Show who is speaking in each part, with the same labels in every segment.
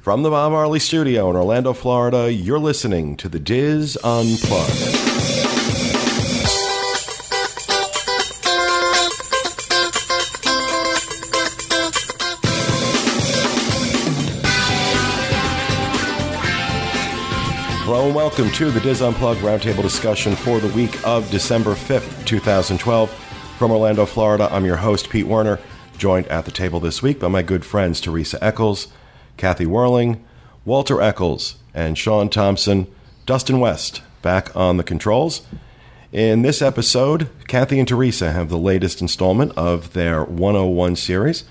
Speaker 1: From the Bob Marley Studio in Orlando, Florida, you're listening to the Diz Unplugged. Hello and welcome to the Diz Unplugged Roundtable discussion for the week of December 5th, 2012. From Orlando, Florida, I'm your host, Pete Werner, joined at the table this week by my good friends Teresa Eccles, Kathy Whirling, Walter Eccles, and Sean Thompson, Dustin West, back on the controls. In this episode, Kathy and Teresa have the latest installment of their 101 series.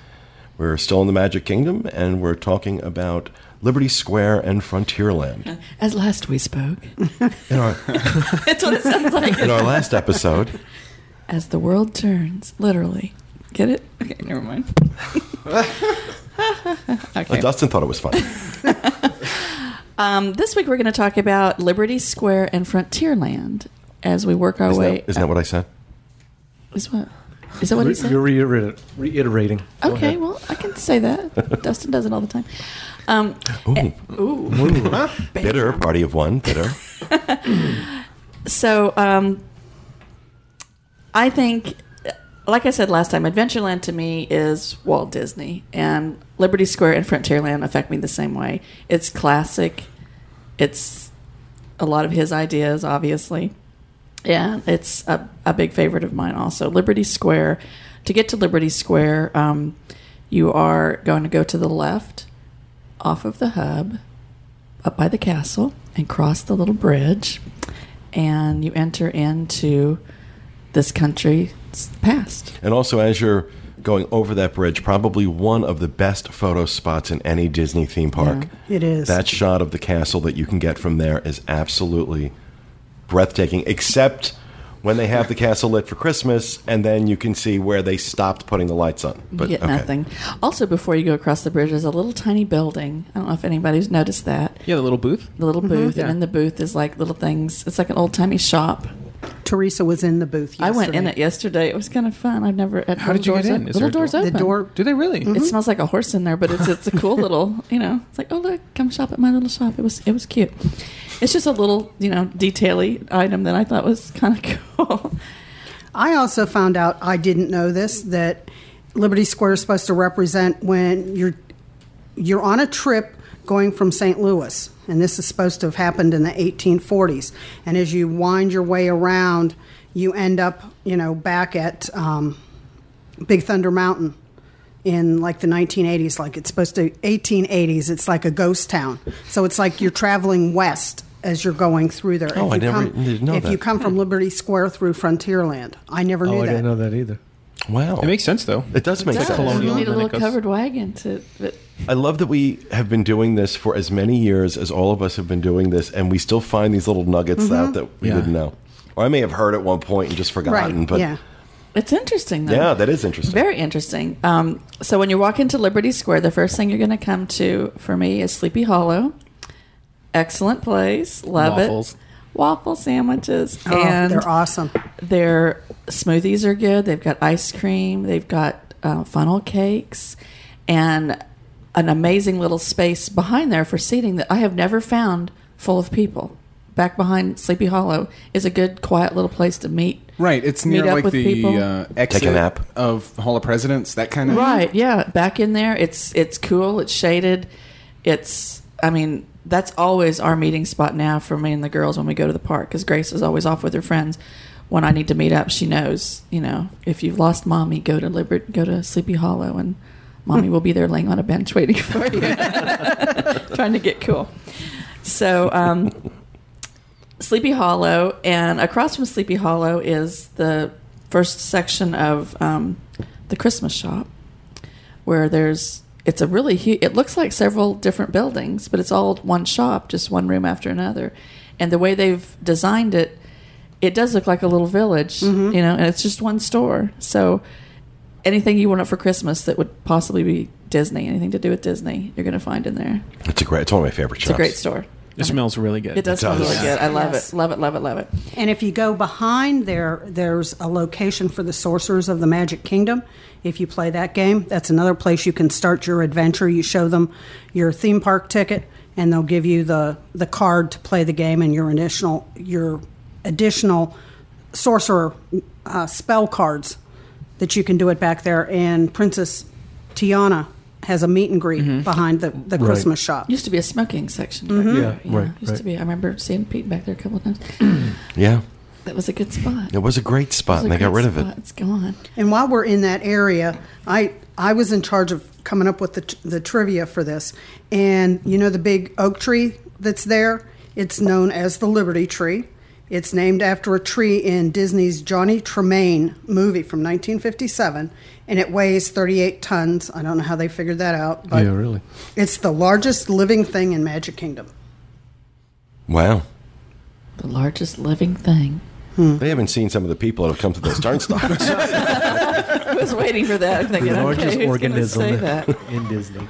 Speaker 1: We're still in the Magic Kingdom, and we're talking about Liberty Square and Frontierland.
Speaker 2: At last we spoke.
Speaker 1: In our,
Speaker 2: That's what it sounds
Speaker 1: in
Speaker 2: like.
Speaker 1: our last episode,
Speaker 2: As the world turns, literally. Get it? Okay, never mind. okay.
Speaker 1: Dustin thought it was funny.
Speaker 2: Um, this week we're going to talk about Liberty Square and Frontierland as we work our
Speaker 1: Isn't,
Speaker 2: way.
Speaker 1: that, isn't that what I said?
Speaker 2: is what? Is that what he said?
Speaker 3: You're reiter- reiterating. Go
Speaker 2: Okay,
Speaker 3: ahead.
Speaker 2: well I can say that. Dustin does it all the time. Um,
Speaker 1: Ooh,
Speaker 3: Ooh.
Speaker 1: bitter, party of one, bitter.
Speaker 2: so um, I think, like I said last time, Adventureland to me is Walt Disney, and Liberty Square and Frontierland affect me the same way. It's classic. It's a lot of his ideas, obviously. Yeah, it's a, a big favorite of mine also. Liberty Square. To get to Liberty Square, um, you are going to go to the left off of the hub, up by the castle, and cross the little bridge, and you enter into this country's past.
Speaker 1: And also, as you're going over that bridge, probably one of the best photo spots in any Disney theme park.
Speaker 4: It is.
Speaker 1: That shot of the castle that you can get from there is absolutely breathtaking, except when they have the castle lit for Christmas and then you can see where they stopped putting the lights on.
Speaker 2: You get
Speaker 1: okay.
Speaker 2: nothing. Also, before you go across the bridge, there's a little tiny building. I don't know if anybody's noticed that.
Speaker 5: Yeah, the little booth.
Speaker 2: The little booth,
Speaker 5: Mm-hmm. Yeah.
Speaker 2: and in the booth is like little things. It's like an old timey shop.
Speaker 4: Teresa was in the booth. Yesterday.
Speaker 2: I went in it yesterday. It was kind of fun. I've never. At
Speaker 5: How
Speaker 2: Little
Speaker 5: did you
Speaker 2: doors
Speaker 5: get in?
Speaker 2: Open.
Speaker 5: Is there
Speaker 2: Little
Speaker 5: a
Speaker 2: doors
Speaker 5: door?
Speaker 2: open.
Speaker 4: The door.
Speaker 5: Do they really?
Speaker 4: Mm-hmm.
Speaker 2: It smells like a horse in there, but it's it's a cool little. You know, it's like oh look, come shop at my little shop. It was it was cute. It's just a little you know detaily item that I thought was kind of cool.
Speaker 4: I also found out I didn't know this that Liberty Square is supposed to represent when you're you're on a trip going from St. Louis, and this is supposed to have happened in the 1840s. And as you wind your way around, you end up you know back at um, Big Thunder Mountain in like the 1980s. Like it's supposed to 1880s. It's like a ghost town. So it's like you're traveling west. As you're going through there,
Speaker 1: Oh,
Speaker 4: If
Speaker 1: I
Speaker 4: you
Speaker 1: never
Speaker 4: come-
Speaker 1: did know
Speaker 4: if you
Speaker 1: that.
Speaker 4: come from Liberty Square through Frontierland. I never knew
Speaker 3: Hmm. Oh, I
Speaker 4: that.
Speaker 3: didn't know that either.
Speaker 1: Wow.
Speaker 5: It makes sense though.
Speaker 1: It does make
Speaker 2: It does.
Speaker 1: sense.
Speaker 5: Colonial,
Speaker 2: You need a
Speaker 5: and then it
Speaker 2: little
Speaker 5: goes-
Speaker 2: covered wagon to. But
Speaker 1: I love that we have been doing this for as many years as all of us have been doing this, and we still find these little nuggets out that we
Speaker 5: Yeah.
Speaker 1: didn't know. Or I may have heard at one point and just
Speaker 4: Right.
Speaker 1: forgotten, but
Speaker 4: yeah.
Speaker 2: it's interesting though.
Speaker 1: yeah, that is interesting.
Speaker 2: Very interesting. Um, so when you walk into Liberty Square, the first thing you're going to come to for me is Sleepy Hollow. Excellent place. Love
Speaker 5: Waffles.
Speaker 2: it. Waffle sandwiches.
Speaker 4: Oh,
Speaker 2: and
Speaker 4: they're awesome.
Speaker 2: Their smoothies are good. They've got ice cream. They've got uh, funnel cakes, and an amazing little space behind there for seating that I have never found full of people. Back behind Sleepy Hollow is a good, quiet little place to meet.
Speaker 6: Right, it's
Speaker 2: meet
Speaker 6: near
Speaker 2: up
Speaker 6: like
Speaker 2: with
Speaker 6: the
Speaker 2: people.
Speaker 6: uh, exit
Speaker 1: nap.
Speaker 6: of Hall of Presidents, that kind of
Speaker 2: Right, yeah. Back in there, it's it's cool. It's shaded. It's I mean that's always our meeting spot now for me and the girls when we go to the park because Grace is always off with her friends. When I need to meet up, she knows. You know, if you've lost mommy, go to Liber- go to Sleepy Hollow, and mommy will be there laying on a bench waiting for you, trying to get cool. So. um Sleepy Hollow, and across from Sleepy Hollow is the first section of um, the Christmas shop, where there's it's a really huge. It looks like several different buildings, but it's all one shop, just one room after another. And the way they've designed it, it does look like a little village, you know. And it's just one store, so anything you want for Christmas that would possibly be Disney, anything to do with Disney, you're going to find in there.
Speaker 1: It's a great. It's one of my favorite
Speaker 2: It's
Speaker 1: shops.
Speaker 2: a great store.
Speaker 5: It smells really good.
Speaker 2: It does, smell
Speaker 1: does.
Speaker 2: really good. I love
Speaker 4: Yes.
Speaker 2: it. Love it. Love it. Love it.
Speaker 4: And if you go behind there, there's a location for the Sorcerers of the Magic Kingdom. If you play that game, that's another place you can start your adventure. You show them your theme park ticket, and they'll give you the, the card to play the game and your additional your additional sorcerer uh, spell cards that you can do it back there. And Princess Tiana has a meet and greet behind the, the Christmas shop.
Speaker 2: Used to be a smoking section.
Speaker 3: Yeah, right,
Speaker 2: Used to
Speaker 3: right.
Speaker 2: be. I remember seeing Pete back there a couple of times.
Speaker 1: Yeah.
Speaker 2: That was a good spot.
Speaker 1: It was a great spot, and they got rid of it.
Speaker 2: It's gone.
Speaker 4: And while we're in that area, I I was in charge of coming up with the tr- the trivia for this. And you know the big oak tree that's there. It's known as the Liberty Tree. It's named after a tree in Disney's Johnny Tremaine movie from 1957, and it weighs 38 tons. I don't know how they figured that out, but
Speaker 3: yeah, really.
Speaker 4: it's the largest living thing in Magic Kingdom.
Speaker 1: Wow.
Speaker 2: The largest living thing.
Speaker 1: They haven't seen some of the people that have come to those turnstiles.
Speaker 2: I was waiting for that. I'm thinking,
Speaker 3: The
Speaker 2: okay,
Speaker 3: largest
Speaker 2: who's gonna
Speaker 3: organism
Speaker 2: say that?
Speaker 3: in Disney.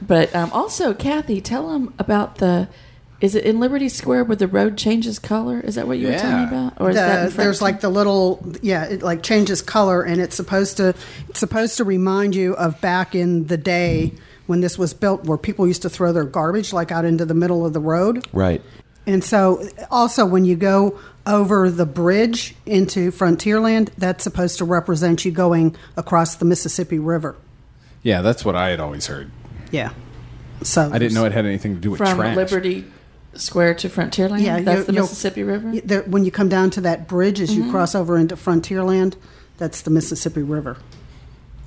Speaker 2: But um, also, Kathy, tell them about the. Is it in Liberty Square where the road changes color? Is that what you were telling me
Speaker 6: Yeah.
Speaker 2: about, or is that
Speaker 4: the,
Speaker 2: in
Speaker 4: there's
Speaker 2: Franklin?
Speaker 4: like the little yeah it like changes color and it's supposed to it's supposed to remind you of back in the day when this was built where people used to throw their garbage like out into the middle of the road
Speaker 1: right.
Speaker 4: and so also when you go over the bridge into frontierland that's supposed to represent you going across the mississippi river
Speaker 6: Yeah, that's what I had always heard.
Speaker 4: yeah so
Speaker 6: I didn't know it had anything to do with
Speaker 2: from
Speaker 6: trash.
Speaker 2: Liberty Square to Frontierland.
Speaker 4: Yeah,
Speaker 2: Mm-hmm. that's
Speaker 4: you-
Speaker 2: the
Speaker 4: you'll-
Speaker 2: Mississippi River. Mm-hmm.
Speaker 4: y- there, when you come down to that bridge as you cross over into frontierland that's the mississippi river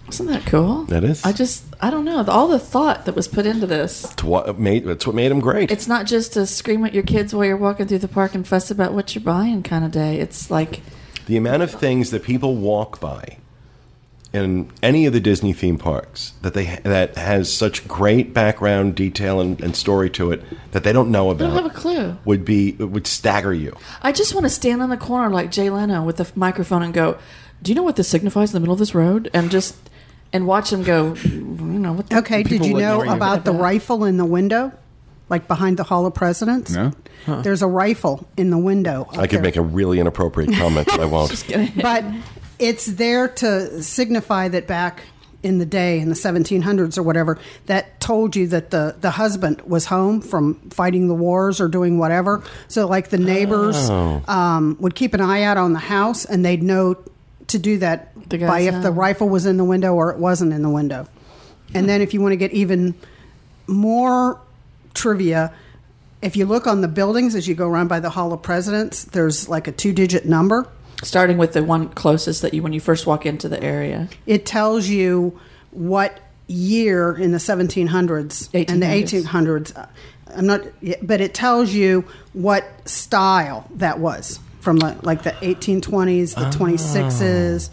Speaker 2: Isn't that cool?
Speaker 1: That is.
Speaker 2: I just, I don't know. All the thought that was put into this.
Speaker 1: It's what made, that's what made them great.
Speaker 2: It's not just to scream at your kids while you're walking through the park and fuss about what you're buying kind of day. It's like,
Speaker 1: the amount of things that people walk by in any of the Disney theme parks that they that has such great background detail and, and story to it that they don't know about
Speaker 2: don't have a clue.
Speaker 1: would be would stagger you.
Speaker 2: I just want to stand on the corner like Jay Leno with the f- microphone and go, "Do you know what this signifies in the middle of this road?" And just and watch him go. You know what? The
Speaker 4: Okay, did
Speaker 6: people
Speaker 4: you
Speaker 6: would
Speaker 4: know
Speaker 6: ignore you.
Speaker 4: about the rifle in the window? Like behind the Hall of Presidents?
Speaker 6: No.
Speaker 4: There's a rifle in the window.
Speaker 1: I could make a really inappropriate comment, but I won't.
Speaker 4: it. But it's there to signify that back in the day, in the 1700s or whatever, that told you that the, the husband was home from fighting the wars or doing whatever. So, like, the neighbors um, would keep an eye out on the house and they'd know to do that
Speaker 2: The
Speaker 4: by
Speaker 2: guy's
Speaker 4: if the
Speaker 2: home.
Speaker 4: rifle was in the window or it wasn't in the window. And then if you want to get even more trivia, if you look on the buildings as you go around by the Hall of Presidents, there's like a two digit number.
Speaker 2: starting with the one closest that you when you first walk into the area.
Speaker 4: It tells you what year in the 1700s and the
Speaker 2: 1800s.
Speaker 4: 1800s. uh, I'm not, yeah, but it tells you what style that was from like, like the 1820s, the 26s.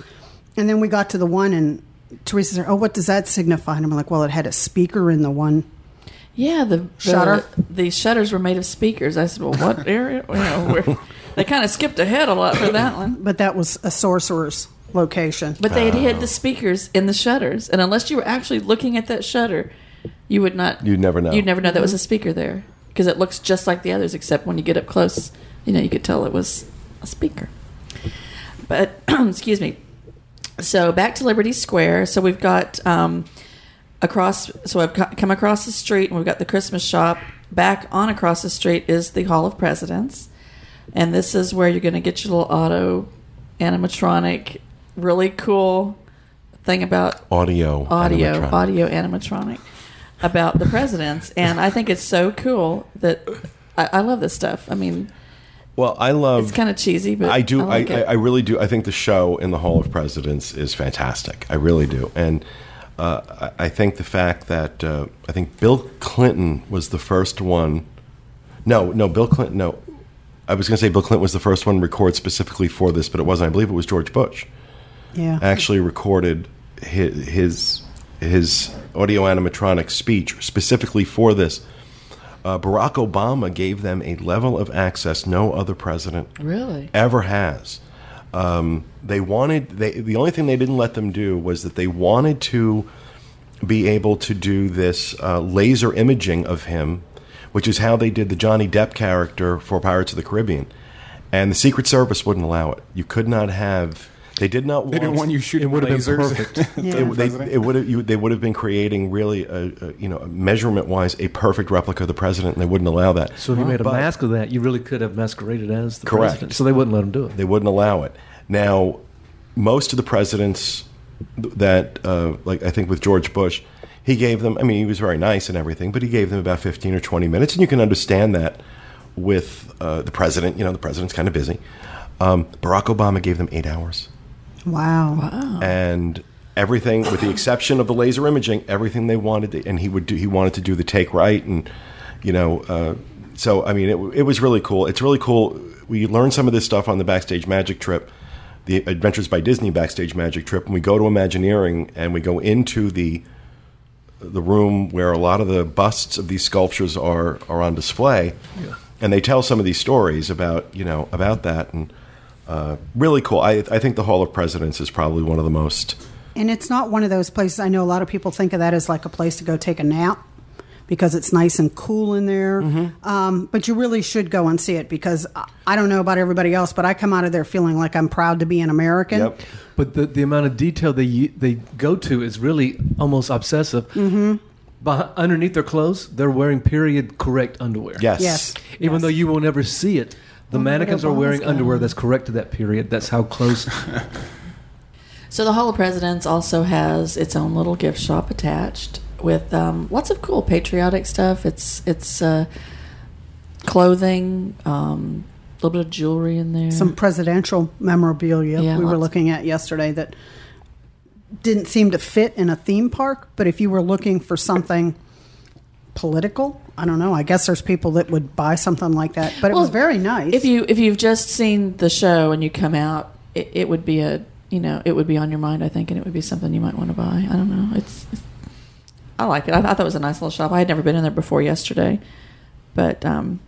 Speaker 4: And then we got to the one, and Teresa said, Oh, what does that signify? And I'm like, Well, it had a speaker in the one.
Speaker 2: Yeah, the, the
Speaker 4: Shutter?
Speaker 2: The shutters were made of speakers. I said, "Well, what area?" You know, where, they kind of skipped ahead a lot for that one.
Speaker 4: But that was a sorcerer's location.
Speaker 2: But they had hid the speakers in the shutters, and unless you were actually looking at that shutter, you would not.
Speaker 1: You'd never know.
Speaker 2: You'd never know that was a speaker there because it looks just like the others, except when you get up close, you know, you could tell it was a speaker. But excuse me. So back to Liberty Square. So we've got um, across. So I've co- come across the street, and we've got the Christmas shop. Back on across the street is the Hall of Presidents, and this is where you're going to get your little auto animatronic, really cool thing about
Speaker 1: Audio.
Speaker 2: audio
Speaker 1: animatronic.
Speaker 2: audio animatronic about the presidents and i think it's so cool that i, I love this stuff i mean
Speaker 1: Well, I love.
Speaker 2: it's kind of cheesy but
Speaker 1: I do. I,
Speaker 2: like
Speaker 1: I,
Speaker 2: it.
Speaker 1: I really do. I think the show in the Hall of Presidents is fantastic. I really do, and uh, I I think the fact that uh, I think Bill Clinton was the first one. No, no, Bill Clinton. No, I was going to say Bill Clinton was the first one recorded specifically for this, but it wasn't. I believe it was George Bush
Speaker 4: Yeah.
Speaker 1: actually recorded his his, his audio animatronic speech specifically for this. Uh, Barack Obama gave them a level of access no other president
Speaker 2: really
Speaker 1: ever has. Um, they wanted they the only thing they didn't let them do was that they wanted to be able to do this uh, laser imaging of him which is how they did the Johnny Depp character for Pirates of the Caribbean. And the Secret Service wouldn't allow it. You could not have. They did not want.
Speaker 6: They didn't want you
Speaker 3: It
Speaker 6: shooting
Speaker 3: would've been
Speaker 6: lasers.
Speaker 3: perfect.
Speaker 4: Yeah.
Speaker 1: It, they, it would have, you, they would have been creating really, a, a, you know, measurement wise, a perfect replica of the president, and they wouldn't allow that.
Speaker 3: So if you made a
Speaker 1: But-
Speaker 3: mask of that, you really could have masqueraded as the
Speaker 1: Correct.
Speaker 3: president. So they wouldn't let him do it.
Speaker 1: They wouldn't allow it. Now, most of the presidents th- that, uh, like I think with George Bush, he gave them. I mean, he was very nice and everything, but he gave them about fifteen or twenty minutes, and you can understand that with uh, the president. You know, the president's kind of busy. Um, Barack Obama gave them eight hours,
Speaker 4: Wow.
Speaker 1: and everything, with the exception of the laser imaging, everything they wanted, they- and he would do. He wanted to do the take right, and you know. Uh, so I mean, it, w- it was really cool. It's really cool. We learned some of this stuff on the Backstage Magic trip, the Adventures by Disney Backstage Magic trip. And we go to Imagineering and we go into the the room where a lot of the busts of these sculptures are are on display, and they tell some of these stories about you know about that and. Uh, really cool. I, I think the Hall of Presidents is probably one of the most.
Speaker 4: And it's not one of those places. I know a lot of people think of that as like a place to go take a nap because it's nice and cool in there.
Speaker 3: Mm-hmm.
Speaker 4: Um, but you really should go and see it because I- I don't know about everybody else, but I come out of there feeling like I'm proud to be an American.
Speaker 1: Yep.
Speaker 3: But the, the amount of detail they u- they go to is really almost obsessive. Mm-hmm. But underneath their clothes, they're wearing period correct underwear.
Speaker 1: Yes.
Speaker 4: Yes.
Speaker 3: Even though you will never see
Speaker 2: Oh,
Speaker 3: it, the mannequins are
Speaker 2: Obama's
Speaker 3: wearing
Speaker 2: got
Speaker 3: underwear that's correct to that period. That's how close.
Speaker 2: So the Hall of Presidents also has its own little gift shop attached with um, lots of cool patriotic stuff. It's it's uh, clothing, a um, little bit of jewelry in there.
Speaker 4: Some presidential memorabilia
Speaker 2: Yeah,
Speaker 4: we were
Speaker 2: lots.
Speaker 4: looking at yesterday that didn't seem to fit in a theme park, but if you were looking for something political, I don't know. I guess there's people that would buy something like that, but it was very nice.
Speaker 2: If you if you've just seen the show and you come out, it, it would be a you know it would be on your mind, I think, and it would be something you might want to buy. I don't know. It's, it's I like it. I thought that was a nice little shop. I had never been in there before yesterday, but um,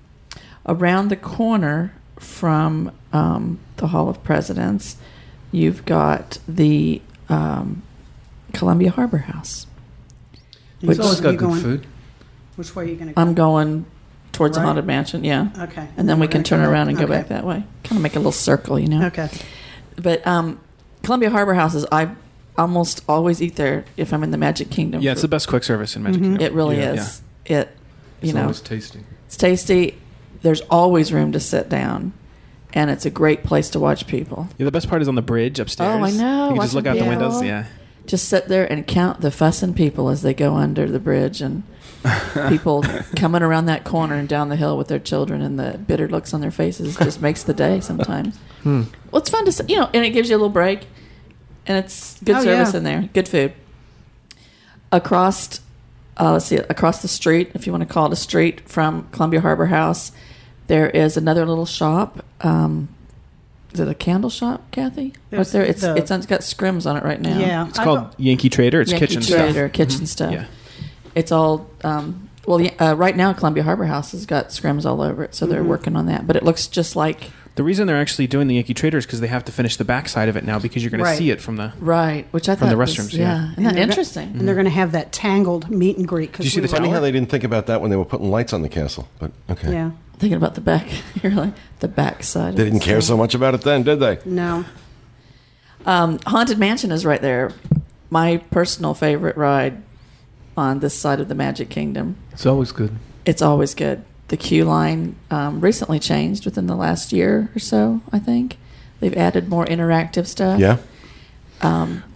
Speaker 2: around the corner from um, the Hall of Presidents, you've got the um, Columbia Harbor House.
Speaker 3: it's always got
Speaker 4: You
Speaker 3: good
Speaker 4: going-
Speaker 3: food.
Speaker 4: Which way are you going to go?
Speaker 2: I'm going towards the
Speaker 4: Right.
Speaker 2: Haunted Mansion. Yeah.
Speaker 4: Okay.
Speaker 2: And then we
Speaker 4: We're
Speaker 2: can
Speaker 4: gonna
Speaker 2: turn
Speaker 4: go
Speaker 2: around and go
Speaker 4: okay.
Speaker 2: back that way. Kind of make a little circle, you know.
Speaker 4: Okay.
Speaker 2: But um, Columbia Harbor houses, I almost always eat there if I'm in the Magic Kingdom.
Speaker 5: Yeah, it's the best quick service in Magic Kingdom.
Speaker 2: It really
Speaker 5: Yeah.
Speaker 2: is. It, you
Speaker 3: It's
Speaker 2: know,
Speaker 3: always tasty.
Speaker 2: it's tasty. There's always room to sit down, and it's a great place to watch people.
Speaker 5: Yeah, the best part is on the bridge upstairs.
Speaker 2: Oh, I know.
Speaker 5: You can
Speaker 2: Watching
Speaker 5: just look out the
Speaker 2: people.
Speaker 5: windows. Yeah.
Speaker 2: Just sit there and count the fussing people as they go under the bridge and people coming around that corner and down the hill with their children and the bitter looks on their faces just makes the day sometimes.
Speaker 4: Hmm.
Speaker 2: Well, it's fun to, s- you know, and it gives you a little break and it's good
Speaker 4: Oh,
Speaker 2: service
Speaker 4: yeah.
Speaker 2: in there, good food. Across, uh, let's see, across the street, if you want to call it a street from Columbia Harbor House, there is another little shop. Um, is it a candle shop, Kathy? What's
Speaker 4: There's
Speaker 2: there? It's,
Speaker 4: the-
Speaker 2: it's, it's got scrims on it right now.
Speaker 4: Yeah.
Speaker 5: It's
Speaker 4: I
Speaker 5: called
Speaker 4: thought-
Speaker 5: Yankee Trader. It's
Speaker 2: Yankee
Speaker 5: kitchen
Speaker 2: Trader,
Speaker 5: stuff.
Speaker 2: kitchen stuff.
Speaker 5: Yeah.
Speaker 2: It's all um, well. yeah, Uh, right now, Columbia Harbor House has got scrims all over it, so they're working on that. But it looks just like
Speaker 5: The reason they're actually doing the Yankee Trader is because they have to finish the backside of it now because you're going
Speaker 4: Right.
Speaker 5: to see it from the.
Speaker 2: right, which I
Speaker 5: From
Speaker 2: thought
Speaker 5: the
Speaker 2: was-
Speaker 5: restrooms,
Speaker 2: isn't
Speaker 5: yeah.
Speaker 2: that
Speaker 4: they're gonna-
Speaker 2: interesting?
Speaker 4: and they're going to have that tangled meet and greet.
Speaker 1: Did
Speaker 4: Cause
Speaker 1: you see
Speaker 4: we
Speaker 1: the
Speaker 4: were-
Speaker 1: funny how they didn't think about that when they were putting lights on the castle? But okay,
Speaker 4: Yeah.
Speaker 2: Thinking about the back, you're like the back side. of
Speaker 1: they didn't
Speaker 2: this
Speaker 1: care
Speaker 2: thing.
Speaker 1: so much about it then, did they?
Speaker 4: No.
Speaker 2: Um, Haunted Mansion is right there. My personal favorite ride on this side of the Magic Kingdom.
Speaker 3: It's always good.
Speaker 2: It's always good. The queue line um, recently changed within the last year or so. I think they've added more interactive stuff.
Speaker 1: Yeah,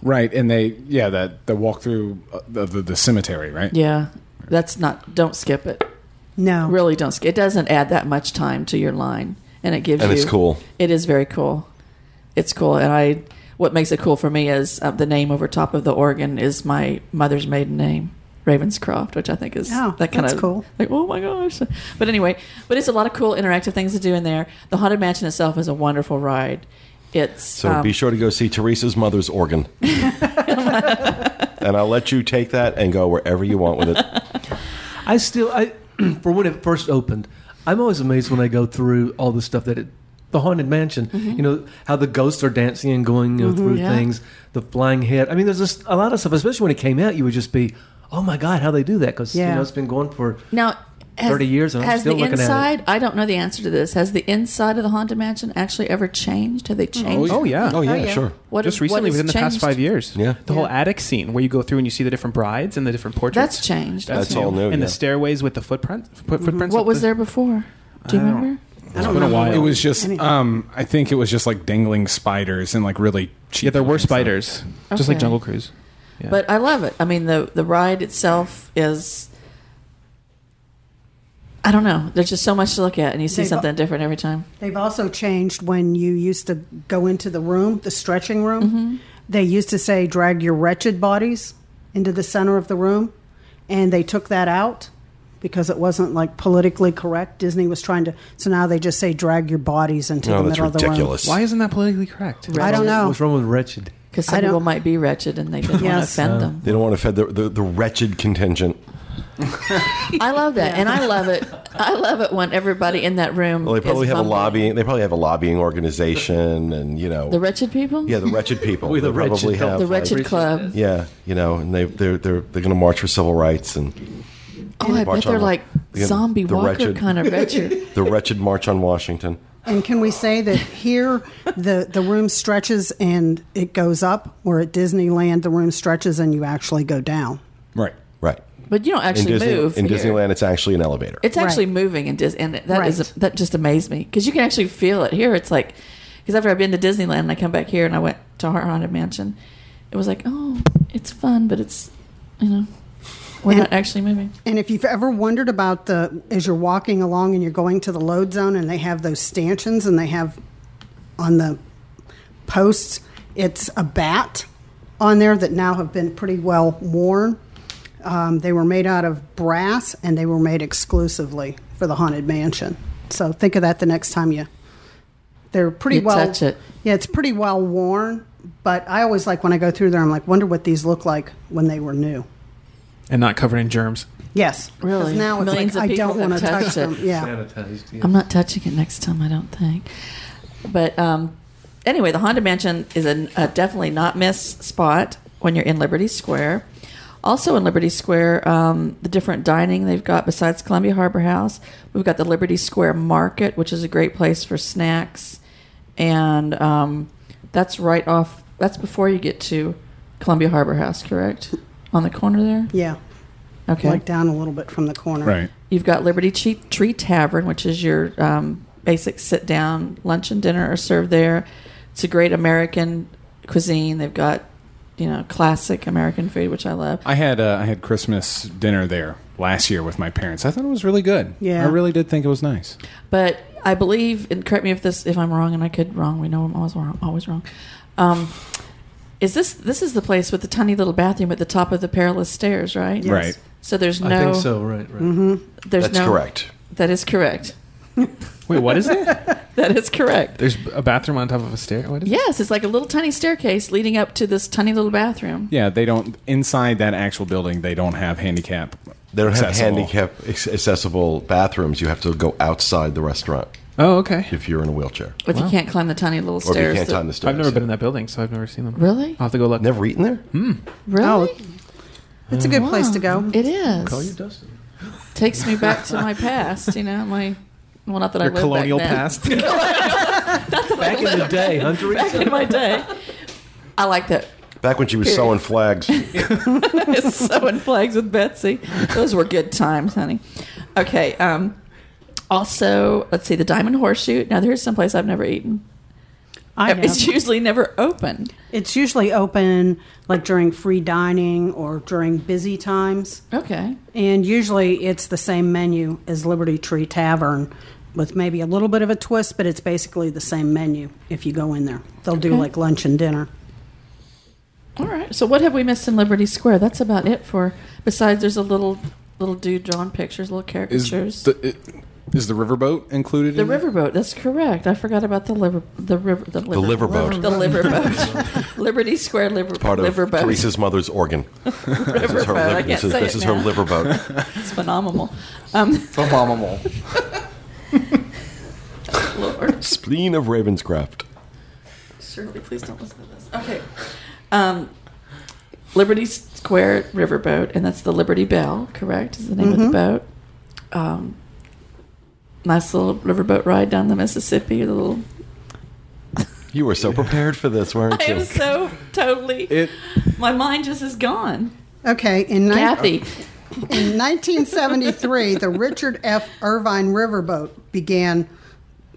Speaker 6: Right, and they yeah that the walkthrough uh, of the, the, the cemetery, right?
Speaker 2: Yeah, that's not. Don't skip it.
Speaker 4: No.
Speaker 2: Really, don't skip. It doesn't add that much time to your line, and it gives
Speaker 1: and
Speaker 2: you.
Speaker 1: it's cool.
Speaker 2: It is very cool. It's cool, and I. What makes it cool for me is uh, the name over top of the organ is my mother's maiden name, Ravenscroft, which I think is
Speaker 4: Oh,
Speaker 2: that kind
Speaker 4: that's
Speaker 2: of
Speaker 4: cool.
Speaker 2: Like, oh my gosh! But anyway, but it's a lot of cool interactive things to do in there. The haunted mansion itself is a wonderful ride. It's
Speaker 1: So
Speaker 2: um,
Speaker 1: be sure to go see Teresa's mother's organ, and I'll let you take that and go wherever you want with it.
Speaker 3: I still, I for when it first opened, I'm always amazed when I go through all the stuff that it, the haunted mansion. You know how the ghosts are dancing and going you know, through
Speaker 2: Mm-hmm. Yeah.
Speaker 3: things, the flying head. I mean, there's just a lot of stuff. Especially when it came out, you would just be, oh my god, how they do that? Because you
Speaker 4: Yeah.
Speaker 3: know it's been going for
Speaker 2: Now,
Speaker 3: thirty years, and I'm
Speaker 2: has
Speaker 3: still
Speaker 2: the
Speaker 3: looking
Speaker 2: inside?
Speaker 3: at it.
Speaker 2: I don't know the answer to this. Has the inside of the haunted mansion actually ever changed? Have they changed?
Speaker 5: Oh yeah.
Speaker 1: Oh yeah,
Speaker 4: Oh, yeah.
Speaker 1: sure.
Speaker 2: What
Speaker 5: Just
Speaker 2: what
Speaker 5: recently,
Speaker 2: has
Speaker 5: within the past
Speaker 2: changed?
Speaker 5: five years,
Speaker 1: Yeah.
Speaker 5: the whole attic scene where you go through and you see the different brides and the different portraits.
Speaker 2: That's changed. Mm-hmm.
Speaker 1: That's all new,
Speaker 5: And
Speaker 1: yeah.
Speaker 5: the stairways with the footprint, foot, footprints.
Speaker 2: What
Speaker 5: up
Speaker 2: was
Speaker 5: the-
Speaker 2: there before? Do you
Speaker 5: I don't-
Speaker 2: remember?
Speaker 4: I don't
Speaker 5: been a
Speaker 4: know.
Speaker 5: while.
Speaker 6: It was just,
Speaker 4: Anything.
Speaker 6: um, I think it was just like dangling spiders and like really cheap.
Speaker 5: Yeah, there were
Speaker 6: looking stuff.
Speaker 5: spiders, just like
Speaker 2: Okay.
Speaker 5: Jungle Cruise. Yeah.
Speaker 2: But I love it. I mean, the the ride itself is. I don't know. There's just so much to look at, and you see
Speaker 4: They've-
Speaker 2: something different every time.
Speaker 4: They've also changed when you used to go into the room, the stretching room.
Speaker 2: Mm-hmm.
Speaker 4: They used to say, drag your wretched bodies into the center of the room. And they took that out because it wasn't like politically correct. Disney was trying to. So now they just say, drag your bodies into
Speaker 1: No,
Speaker 4: the
Speaker 1: that's
Speaker 4: middle of the
Speaker 1: ridiculous.
Speaker 5: Why isn't that politically correct?
Speaker 4: room. I don't know.
Speaker 3: What's wrong with wretched?
Speaker 2: Because
Speaker 4: I
Speaker 2: some
Speaker 4: don't-
Speaker 2: people might be wretched, and they didn't want to
Speaker 4: Yes.
Speaker 2: offend them.
Speaker 1: They don't want to fed the, the, the wretched contingent.
Speaker 2: I love that, and I love it. I love it when everybody in that room.
Speaker 1: Well, they probably
Speaker 2: is
Speaker 1: have a
Speaker 2: fumbling.
Speaker 1: lobbying. They probably have a lobbying organization, and you know,
Speaker 2: The wretched people.
Speaker 1: yeah, the wretched people.
Speaker 3: We the
Speaker 1: They probably
Speaker 3: wretched.
Speaker 1: have
Speaker 2: The
Speaker 1: like-
Speaker 2: wretched club.
Speaker 1: Yeah, you know, and they they're they're they're going to march for civil rights and
Speaker 2: Oh, I bet
Speaker 1: March on
Speaker 2: they're
Speaker 1: the-
Speaker 2: like
Speaker 1: the-
Speaker 2: zombie
Speaker 1: the
Speaker 2: walker
Speaker 1: wretched-
Speaker 2: kind of wretched.
Speaker 1: the wretched march on Washington.
Speaker 4: And can we say that here the, the room stretches and it goes up, where at Disneyland the room stretches and you actually go down?
Speaker 6: Right.
Speaker 1: Right.
Speaker 2: But you don't
Speaker 1: In
Speaker 2: actually
Speaker 1: Disney
Speaker 2: move.
Speaker 1: in
Speaker 2: here.
Speaker 1: Disneyland, it's actually an elevator.
Speaker 2: It's actually
Speaker 4: Right.
Speaker 2: moving in Disney, and that is
Speaker 4: Right.
Speaker 2: that just amazed me because you can actually feel it here. It's like because after I've been to Disneyland and I come back here and I went to Heart Haunted Mansion, it was like oh, it's fun, but it's you know we're
Speaker 4: And-
Speaker 2: not actually moving.
Speaker 4: And if you've ever wondered about the, as you're walking along and you're going to the load zone and they have those stanchions and they have on the posts, it's a bat on there that now have been pretty well worn. Um, they were made out of brass and they were made exclusively for the Haunted Mansion. So think of that the next time you. They're pretty
Speaker 2: You
Speaker 4: well.
Speaker 2: touch it.
Speaker 4: Yeah, it's pretty well worn. But I always like when I go through there, I'm like, wonder what these look like when they were new.
Speaker 5: And not covered in germs.
Speaker 4: Yes, 'Cause
Speaker 2: Really?
Speaker 4: Now it's
Speaker 2: Millions of
Speaker 4: like, I
Speaker 2: people
Speaker 4: don't want to
Speaker 2: have touched
Speaker 4: touch them.
Speaker 2: it.
Speaker 4: Yeah,
Speaker 3: Sanitized. Yeah.
Speaker 2: I'm not touching it next time. I don't think. But um, anyway, the Honda Mansion is a, a definitely not miss spot when you're in Liberty Square. Also in Liberty Square, um, the different dining they've got besides Columbia Harbor House, we've got the Liberty Square Market, which is a great place for snacks, and um, that's right off. That's before you get to Columbia Harbor House, correct? On the corner there.
Speaker 4: yeah.
Speaker 2: Okay.
Speaker 4: Like down a little bit from the corner.
Speaker 6: Right.
Speaker 2: You've got Liberty Tree, Tree Tavern, which is your um, basic sit down lunch and dinner are served there. It's a great American cuisine. They've got you know classic American food, which I love.
Speaker 6: I had uh, I had Christmas dinner there last year with my parents. I thought it was really good.
Speaker 4: Yeah.
Speaker 6: I really did think it was nice.
Speaker 2: But I believe, and correct me if this if I'm wrong, and I could wrong. We know I'm always wrong. Always wrong. Um, is this this is the place with the tiny little bathroom at the top of the perilous stairs, right?
Speaker 4: Yes.
Speaker 6: Right.
Speaker 2: So there's no. Mm-hmm.
Speaker 3: I think so. Right. Right.
Speaker 2: There's
Speaker 1: That's
Speaker 2: no,
Speaker 1: correct.
Speaker 2: That is correct.
Speaker 5: Wait, what is it?
Speaker 2: That is correct.
Speaker 5: There's a bathroom on top of a stair. What is it?
Speaker 2: Yes, it's like a little tiny staircase leading up to this tiny little bathroom.
Speaker 6: Yeah, they don't inside that actual building. They don't have handicap.
Speaker 1: They don't have
Speaker 6: accessible.
Speaker 1: handicap ac- accessible bathrooms. You have to go outside the restaurant
Speaker 5: Oh, okay.
Speaker 1: if you're in a wheelchair,
Speaker 2: If you can't climb the tiny little
Speaker 1: or if
Speaker 2: stairs.
Speaker 1: you can't
Speaker 2: that- Oh.
Speaker 1: climb the stairs.
Speaker 5: I've never been in that building, so I've never seen them.
Speaker 2: Really?
Speaker 5: I'll have to go look.
Speaker 1: Never eaten there.
Speaker 2: Hmm? Really?
Speaker 4: It's a good place to
Speaker 2: Wow.
Speaker 4: go.
Speaker 2: It
Speaker 3: Call you
Speaker 2: is.
Speaker 3: Dustin.
Speaker 2: Takes me back to my past, you know, my well not that I
Speaker 5: Your
Speaker 2: lived
Speaker 5: colonial
Speaker 2: back then.
Speaker 5: past.
Speaker 3: Back in the day, Hunter.
Speaker 2: Back in my day. I like that.
Speaker 1: Back when she was sewing flags.
Speaker 2: It's sewing flags with Betsy. Those were good times, honey. Okay. Um, also, let's see, the Diamond Horseshoe. Now, there's someplace I've never eaten.
Speaker 4: I know.
Speaker 2: It's usually never open.
Speaker 4: It's usually open like during free dining or during busy times.
Speaker 2: Okay.
Speaker 4: And usually it's the same menu as Liberty Tree Tavern with maybe a little bit of a twist, but it's basically the same menu if you go in there. They'll do
Speaker 2: Okay.
Speaker 4: like lunch and dinner.
Speaker 2: All right. So, what have we missed in Liberty Square? That's about it for. Besides, there's a little little dude drawing pictures, little
Speaker 6: Is
Speaker 2: caricatures.
Speaker 6: the, it, is the riverboat included?
Speaker 2: The
Speaker 6: in that?
Speaker 2: riverboat. That's correct. I forgot about the liver. The river. The, liver,
Speaker 1: liverboat.
Speaker 2: The liverboat. Liberty Square liver,
Speaker 1: Part of
Speaker 2: liverboat.
Speaker 1: Teresa's mother's organ. This is her,
Speaker 2: Riverboat. I
Speaker 1: liver-
Speaker 2: can't
Speaker 1: this is,
Speaker 2: say
Speaker 1: this
Speaker 2: it
Speaker 1: is her
Speaker 2: now.
Speaker 1: liverboat.
Speaker 2: It's phenomenal. Um,
Speaker 7: Abominable.
Speaker 2: Lord,
Speaker 1: Spleen of Ravenscraft.
Speaker 2: surely please don't listen to this. Okay. Um, Liberty Square riverboat, and that's the Liberty Bell. Correct is the name of the boat. um, nice little riverboat ride down the Mississippi. The little
Speaker 1: You were so prepared for this, weren't
Speaker 2: I
Speaker 1: you?
Speaker 2: am so totally.
Speaker 6: It
Speaker 2: my mind just is gone.
Speaker 4: Okay, in, ni-
Speaker 2: Kathy,
Speaker 4: in 1973, the Richard F. Irvine Riverboat began,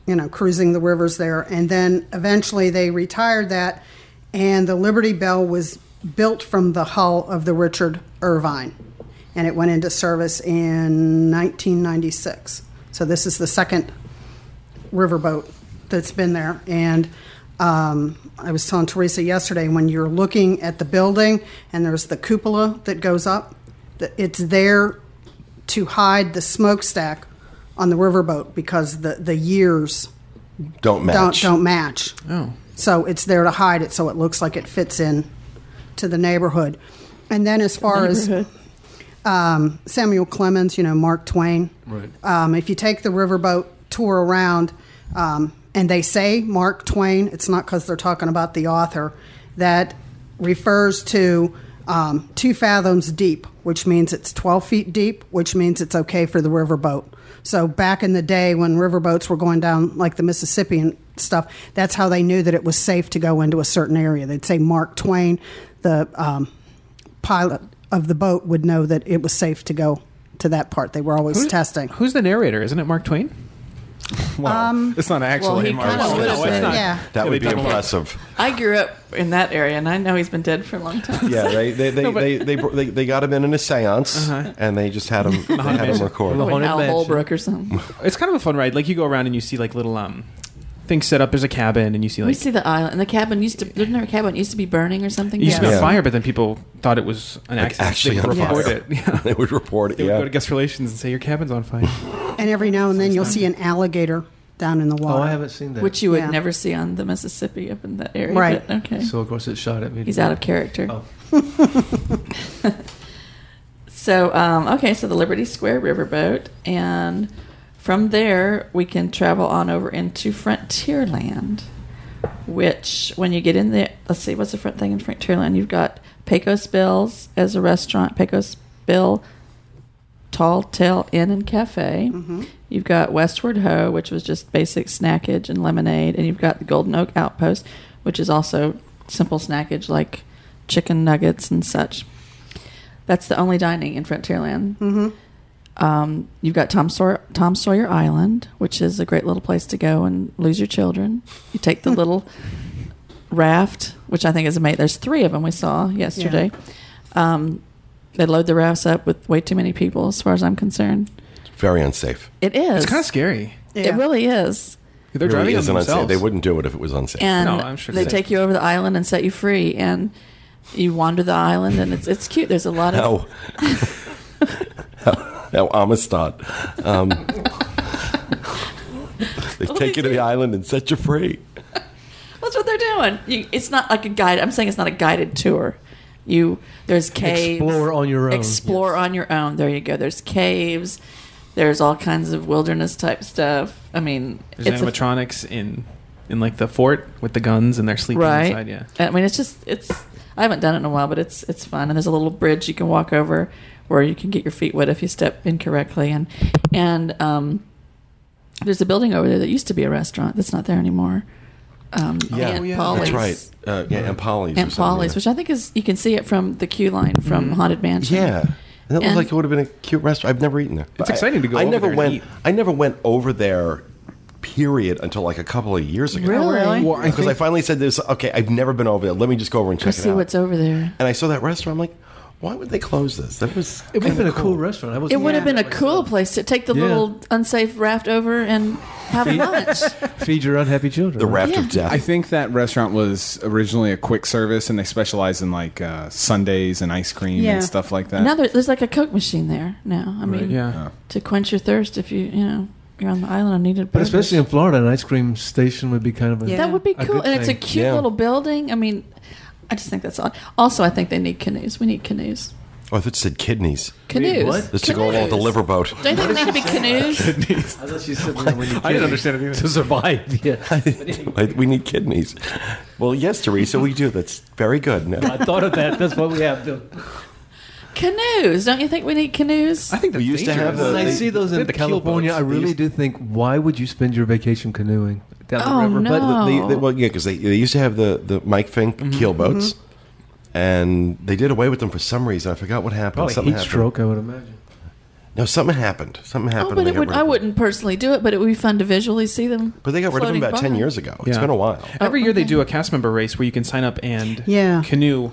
Speaker 4: you know, cruising the rivers there, and then eventually they retired that, and the Liberty Bell was built from the hull of the Richard Irvine, and it went into service in 1996. So this is the second riverboat that's been there. And um, I was telling Teresa yesterday when you're looking at the building and there's the cupola that goes up, that it's there to hide the smokestack on the riverboat because the, the years
Speaker 1: don't match.
Speaker 4: don't don't match. Oh. So it's there to hide it so it looks like it fits in to the neighborhood. And then as far as um, Samuel Clemens, you know, Mark Twain. Right. Um, if you take the riverboat tour around um, and they say Mark Twain, it's not because they're talking about the author, that refers to um, two fathoms deep, which means it's 12 feet deep, which means it's okay for the riverboat. So back in the day when riverboats were going down like the Mississippi and stuff, that's how they knew that it was safe to go into a certain area. They'd say Mark Twain, the um, pilot of the boat would know that it was safe to go to that part. They were always
Speaker 5: Who-
Speaker 4: testing.
Speaker 5: Who's the narrator? Isn't it Mark Twain?
Speaker 6: well, it's not actually
Speaker 2: he
Speaker 6: him. I
Speaker 2: kinda
Speaker 6: was-
Speaker 2: would've
Speaker 6: no, it's
Speaker 2: said-
Speaker 6: not.
Speaker 4: Yeah.
Speaker 1: That would be
Speaker 6: It'll be double.
Speaker 1: impressive.
Speaker 2: I grew up in that area, and I know he's been dead for a long time.
Speaker 1: Yeah, they they they, they, they, br- they they got him in in a seance,
Speaker 5: Uh-huh.
Speaker 1: and they just had him they had him
Speaker 5: Mansion.
Speaker 1: record.
Speaker 3: Well,
Speaker 2: Like
Speaker 3: Haunted
Speaker 2: Al
Speaker 3: mansion.
Speaker 2: Holbrook or something.
Speaker 5: It's kind of a fun ride. Like you go around and you see like little um things set up. There's a cabin and you see
Speaker 2: we
Speaker 5: like
Speaker 2: see the island, and the cabin used to. Didn't there a cabin used to be burning or something?
Speaker 5: you used to be
Speaker 1: Yeah.
Speaker 5: on fire, but then people thought it was an accident.
Speaker 1: actually
Speaker 5: they
Speaker 1: on
Speaker 5: would report
Speaker 1: fire.
Speaker 5: it. Yeah.
Speaker 1: They would report it.
Speaker 5: They would
Speaker 1: yeah.
Speaker 5: go to guest relations and say your cabin's on fire.
Speaker 4: And every now and then you'll see an alligator down in the water.
Speaker 3: Oh, I haven't seen that.
Speaker 2: Which you would
Speaker 4: Yeah.
Speaker 2: never see on the Mississippi up in that area.
Speaker 4: Right.
Speaker 2: but okay.
Speaker 3: So of course it shot at me.
Speaker 2: He's out of character.
Speaker 3: Oh.
Speaker 2: so, um, okay, so the Liberty Square riverboat. And from there, we can travel on over into Frontierland, which, when you get in there, let's see, what's the front thing in Frontierland? You've got Pecos Bill's as a restaurant, Pecos Bill Tall Tale Inn and Cafe. You've got Westward Ho, which was just basic snackage and lemonade, and you've got the Golden Oak Outpost, which is also simple snackage like chicken nuggets and such. That's the only dining in Frontierland. Mm-hmm. Um, you've got Tom Sawyer, Tom Sawyer Island, which is a great little place to go and lose your children. You take the little raft, which I think is amazing. There's three of them we saw yesterday. Um, they load the rafts up with way too many people, as far as I'm concerned.
Speaker 1: Very unsafe.
Speaker 2: It is.
Speaker 5: It's kind of scary.
Speaker 2: It really is.
Speaker 5: They're
Speaker 1: It really
Speaker 5: driving on
Speaker 1: isn't unsafe.
Speaker 5: themselves.
Speaker 1: They wouldn't do it if it was unsafe.
Speaker 2: And
Speaker 5: No, I'm sure
Speaker 2: they
Speaker 5: they-
Speaker 2: take you over the island and set you free, and you wander the island, and it's it's cute. There's a lot of
Speaker 1: how, how, how Amistad. Um, they take you to the island and set you free.
Speaker 2: that's what they're doing. You, it's not like a guide. I'm saying it's not a guided tour. You there's caves.
Speaker 3: Explore on your own.
Speaker 2: Explore on your own. There you go. There's caves. There's all kinds of wilderness type stuff. I mean,
Speaker 5: There's
Speaker 2: a-
Speaker 5: animatronics in in like the fort with the guns and they're sleeping
Speaker 2: right?
Speaker 5: inside. Yeah.
Speaker 2: I mean, it's just it's. I haven't done it in a while, but it's it's fun. And there's a little bridge you can walk over where you can get your feet wet if you step incorrectly. And and um, there's a building over there that used to be a restaurant that's not there anymore. Um, Aunt
Speaker 3: Oh,
Speaker 5: Oh,
Speaker 2: Polly's.
Speaker 1: that's right. Uh, yeah, Aunt Polly's. or
Speaker 2: Aunt
Speaker 1: something,
Speaker 2: Polly's,
Speaker 1: yeah.
Speaker 2: which I think is you can see it from the queue line from
Speaker 3: Mm-hmm.
Speaker 2: Haunted Mansion.
Speaker 1: Yeah. And that looked
Speaker 2: And-
Speaker 1: like it would have been a cute restaurant. I've never eaten there. But I-
Speaker 5: exciting to go
Speaker 1: I
Speaker 5: over
Speaker 1: never
Speaker 5: there and
Speaker 1: went.
Speaker 5: eat.
Speaker 1: I never went over there. Period. Until like a couple of years ago.
Speaker 2: Really?
Speaker 6: Well, I
Speaker 1: Because I,
Speaker 6: think
Speaker 1: finally said this. Okay, I've never been over there. Let me just go over and
Speaker 2: Go
Speaker 1: check it
Speaker 2: see
Speaker 1: out.
Speaker 2: what's over there.
Speaker 1: and I saw that restaurant. I'm like, why would they close this? That was.
Speaker 3: It would have been a cool
Speaker 1: restaurant.
Speaker 3: restaurant. I was.
Speaker 2: It would have been a cool place to take the
Speaker 3: Yeah.
Speaker 2: little unsafe raft over and have lunch.
Speaker 3: Feed your unhappy children.
Speaker 1: The Raft
Speaker 2: Yeah.
Speaker 1: of Death.
Speaker 6: I think that restaurant was originally a quick service, and they specialize in like uh, Sundays and ice cream
Speaker 4: Yeah.
Speaker 6: and stuff like that.
Speaker 2: now there, there's like a Coke machine there now. I mean,
Speaker 5: Yeah.
Speaker 2: to quench your thirst if you you know you're on the island and needed.
Speaker 3: But
Speaker 2: burgers.
Speaker 3: especially in Florida, an ice cream station would be kind of a.
Speaker 4: Yeah.
Speaker 2: that would be
Speaker 3: a
Speaker 2: cool,
Speaker 3: good
Speaker 2: and it's a
Speaker 3: thing.
Speaker 2: cute
Speaker 1: Yeah.
Speaker 2: little building. I mean, I just think that's odd. Also, I think they need canoes. We need canoes.
Speaker 1: oh, I thought it said kidneys.
Speaker 2: Canoes.
Speaker 3: what?
Speaker 1: This to go along with the
Speaker 2: Canoes.
Speaker 1: liverboat.
Speaker 2: Don't you think they need to be canoes?
Speaker 3: I thought she said when you
Speaker 5: I didn't understand anything.
Speaker 3: to survive. Yeah,
Speaker 1: Like, we need kidneys. Well, yes, Teresa, we do. That's very good. No.
Speaker 3: I thought of that. That's what we have to.
Speaker 2: Canoes. Don't you think we need canoes?
Speaker 5: I think
Speaker 1: We used to have
Speaker 3: When
Speaker 1: the-
Speaker 3: I
Speaker 1: they-
Speaker 3: see those in
Speaker 1: they have keel
Speaker 3: California,
Speaker 1: boats.
Speaker 3: I
Speaker 1: They
Speaker 3: really
Speaker 1: used-
Speaker 3: do think, why would you spend your vacation canoeing down the
Speaker 2: Oh,
Speaker 3: river?
Speaker 2: no.
Speaker 3: But
Speaker 1: They- they-
Speaker 2: Oh. Mm-hmm.
Speaker 1: well, yeah, because they, they used to have the, the Mike Fink
Speaker 3: Mm-hmm.
Speaker 1: keel boats, and they did away with them for some reason. I forgot what happened.
Speaker 3: probably
Speaker 1: something
Speaker 3: heat
Speaker 1: happened.
Speaker 3: stroke, I would imagine.
Speaker 1: No, something happened. Something happened.
Speaker 2: oh,
Speaker 1: and
Speaker 2: but
Speaker 1: they
Speaker 2: it
Speaker 1: got
Speaker 2: would,
Speaker 1: rid
Speaker 2: I
Speaker 1: of them.
Speaker 2: wouldn't personally do it, but it would be fun to visually see them.
Speaker 1: But they got rid of them about ten years
Speaker 2: ago.
Speaker 1: ago. It's
Speaker 5: Yeah.
Speaker 1: been a while.
Speaker 5: Every year they
Speaker 2: okay.
Speaker 5: do a cast member race where you can sign up and
Speaker 4: Oh, Yeah.
Speaker 5: canoe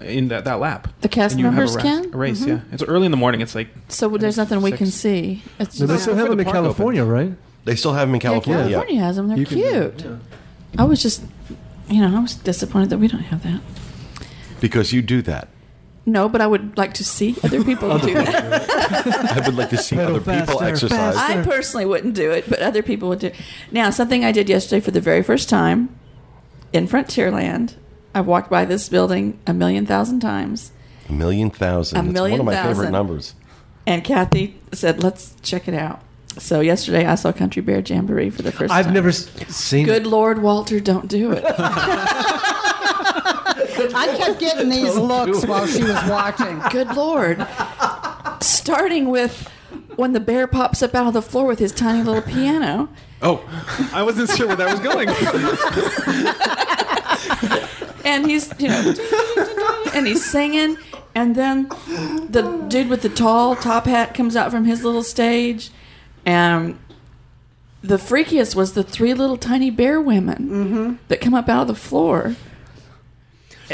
Speaker 5: in that, that lap.
Speaker 2: The cast Mm-hmm.
Speaker 5: And you have a
Speaker 2: members
Speaker 5: ra-
Speaker 2: can?
Speaker 5: a race. Yeah, it's early in the morning. It's like
Speaker 2: So there's nothing we can
Speaker 5: Six.
Speaker 2: see. It's
Speaker 3: No, they
Speaker 2: just-
Speaker 3: still have
Speaker 5: Before
Speaker 3: them
Speaker 5: the
Speaker 3: in
Speaker 5: park opens.
Speaker 3: California, right?
Speaker 1: They still have them in
Speaker 2: Yeah,
Speaker 1: California. yeah.
Speaker 2: California has them. They're
Speaker 3: You can do it,
Speaker 2: cute. I was just, you know, I was disappointed that we don't have that.
Speaker 1: because you do that.
Speaker 2: No, but I would like to see other people do that.
Speaker 1: I would like to see
Speaker 3: Pedal
Speaker 1: other people
Speaker 3: faster,
Speaker 1: exercise.
Speaker 3: faster.
Speaker 2: I personally wouldn't do it, but other people would do. Now, something I did yesterday for the very first time in Frontierland, I've walked by this building a million thousand times,
Speaker 1: A million thousand.
Speaker 2: A
Speaker 1: It's one
Speaker 2: million
Speaker 1: of my favorite
Speaker 2: thousand.
Speaker 1: numbers.
Speaker 2: and Kathy said, "Let's check it out." So yesterday, I saw Country Bear Jamboree for the first time.
Speaker 3: I've never s- seen
Speaker 2: Good Lord, Walter, don't do it.
Speaker 4: I kept getting these looks while she was watching.
Speaker 2: Good Lord. Starting with when the bear pops up out of the floor with his tiny little piano.
Speaker 5: oh, I wasn't sure where that was going.
Speaker 2: And he's, you know, and he's singing. And then the dude with the tall top hat comes out from his little stage. And the freakiest was the three little tiny bear women
Speaker 3: Mm-hmm.
Speaker 2: that come up out of the floor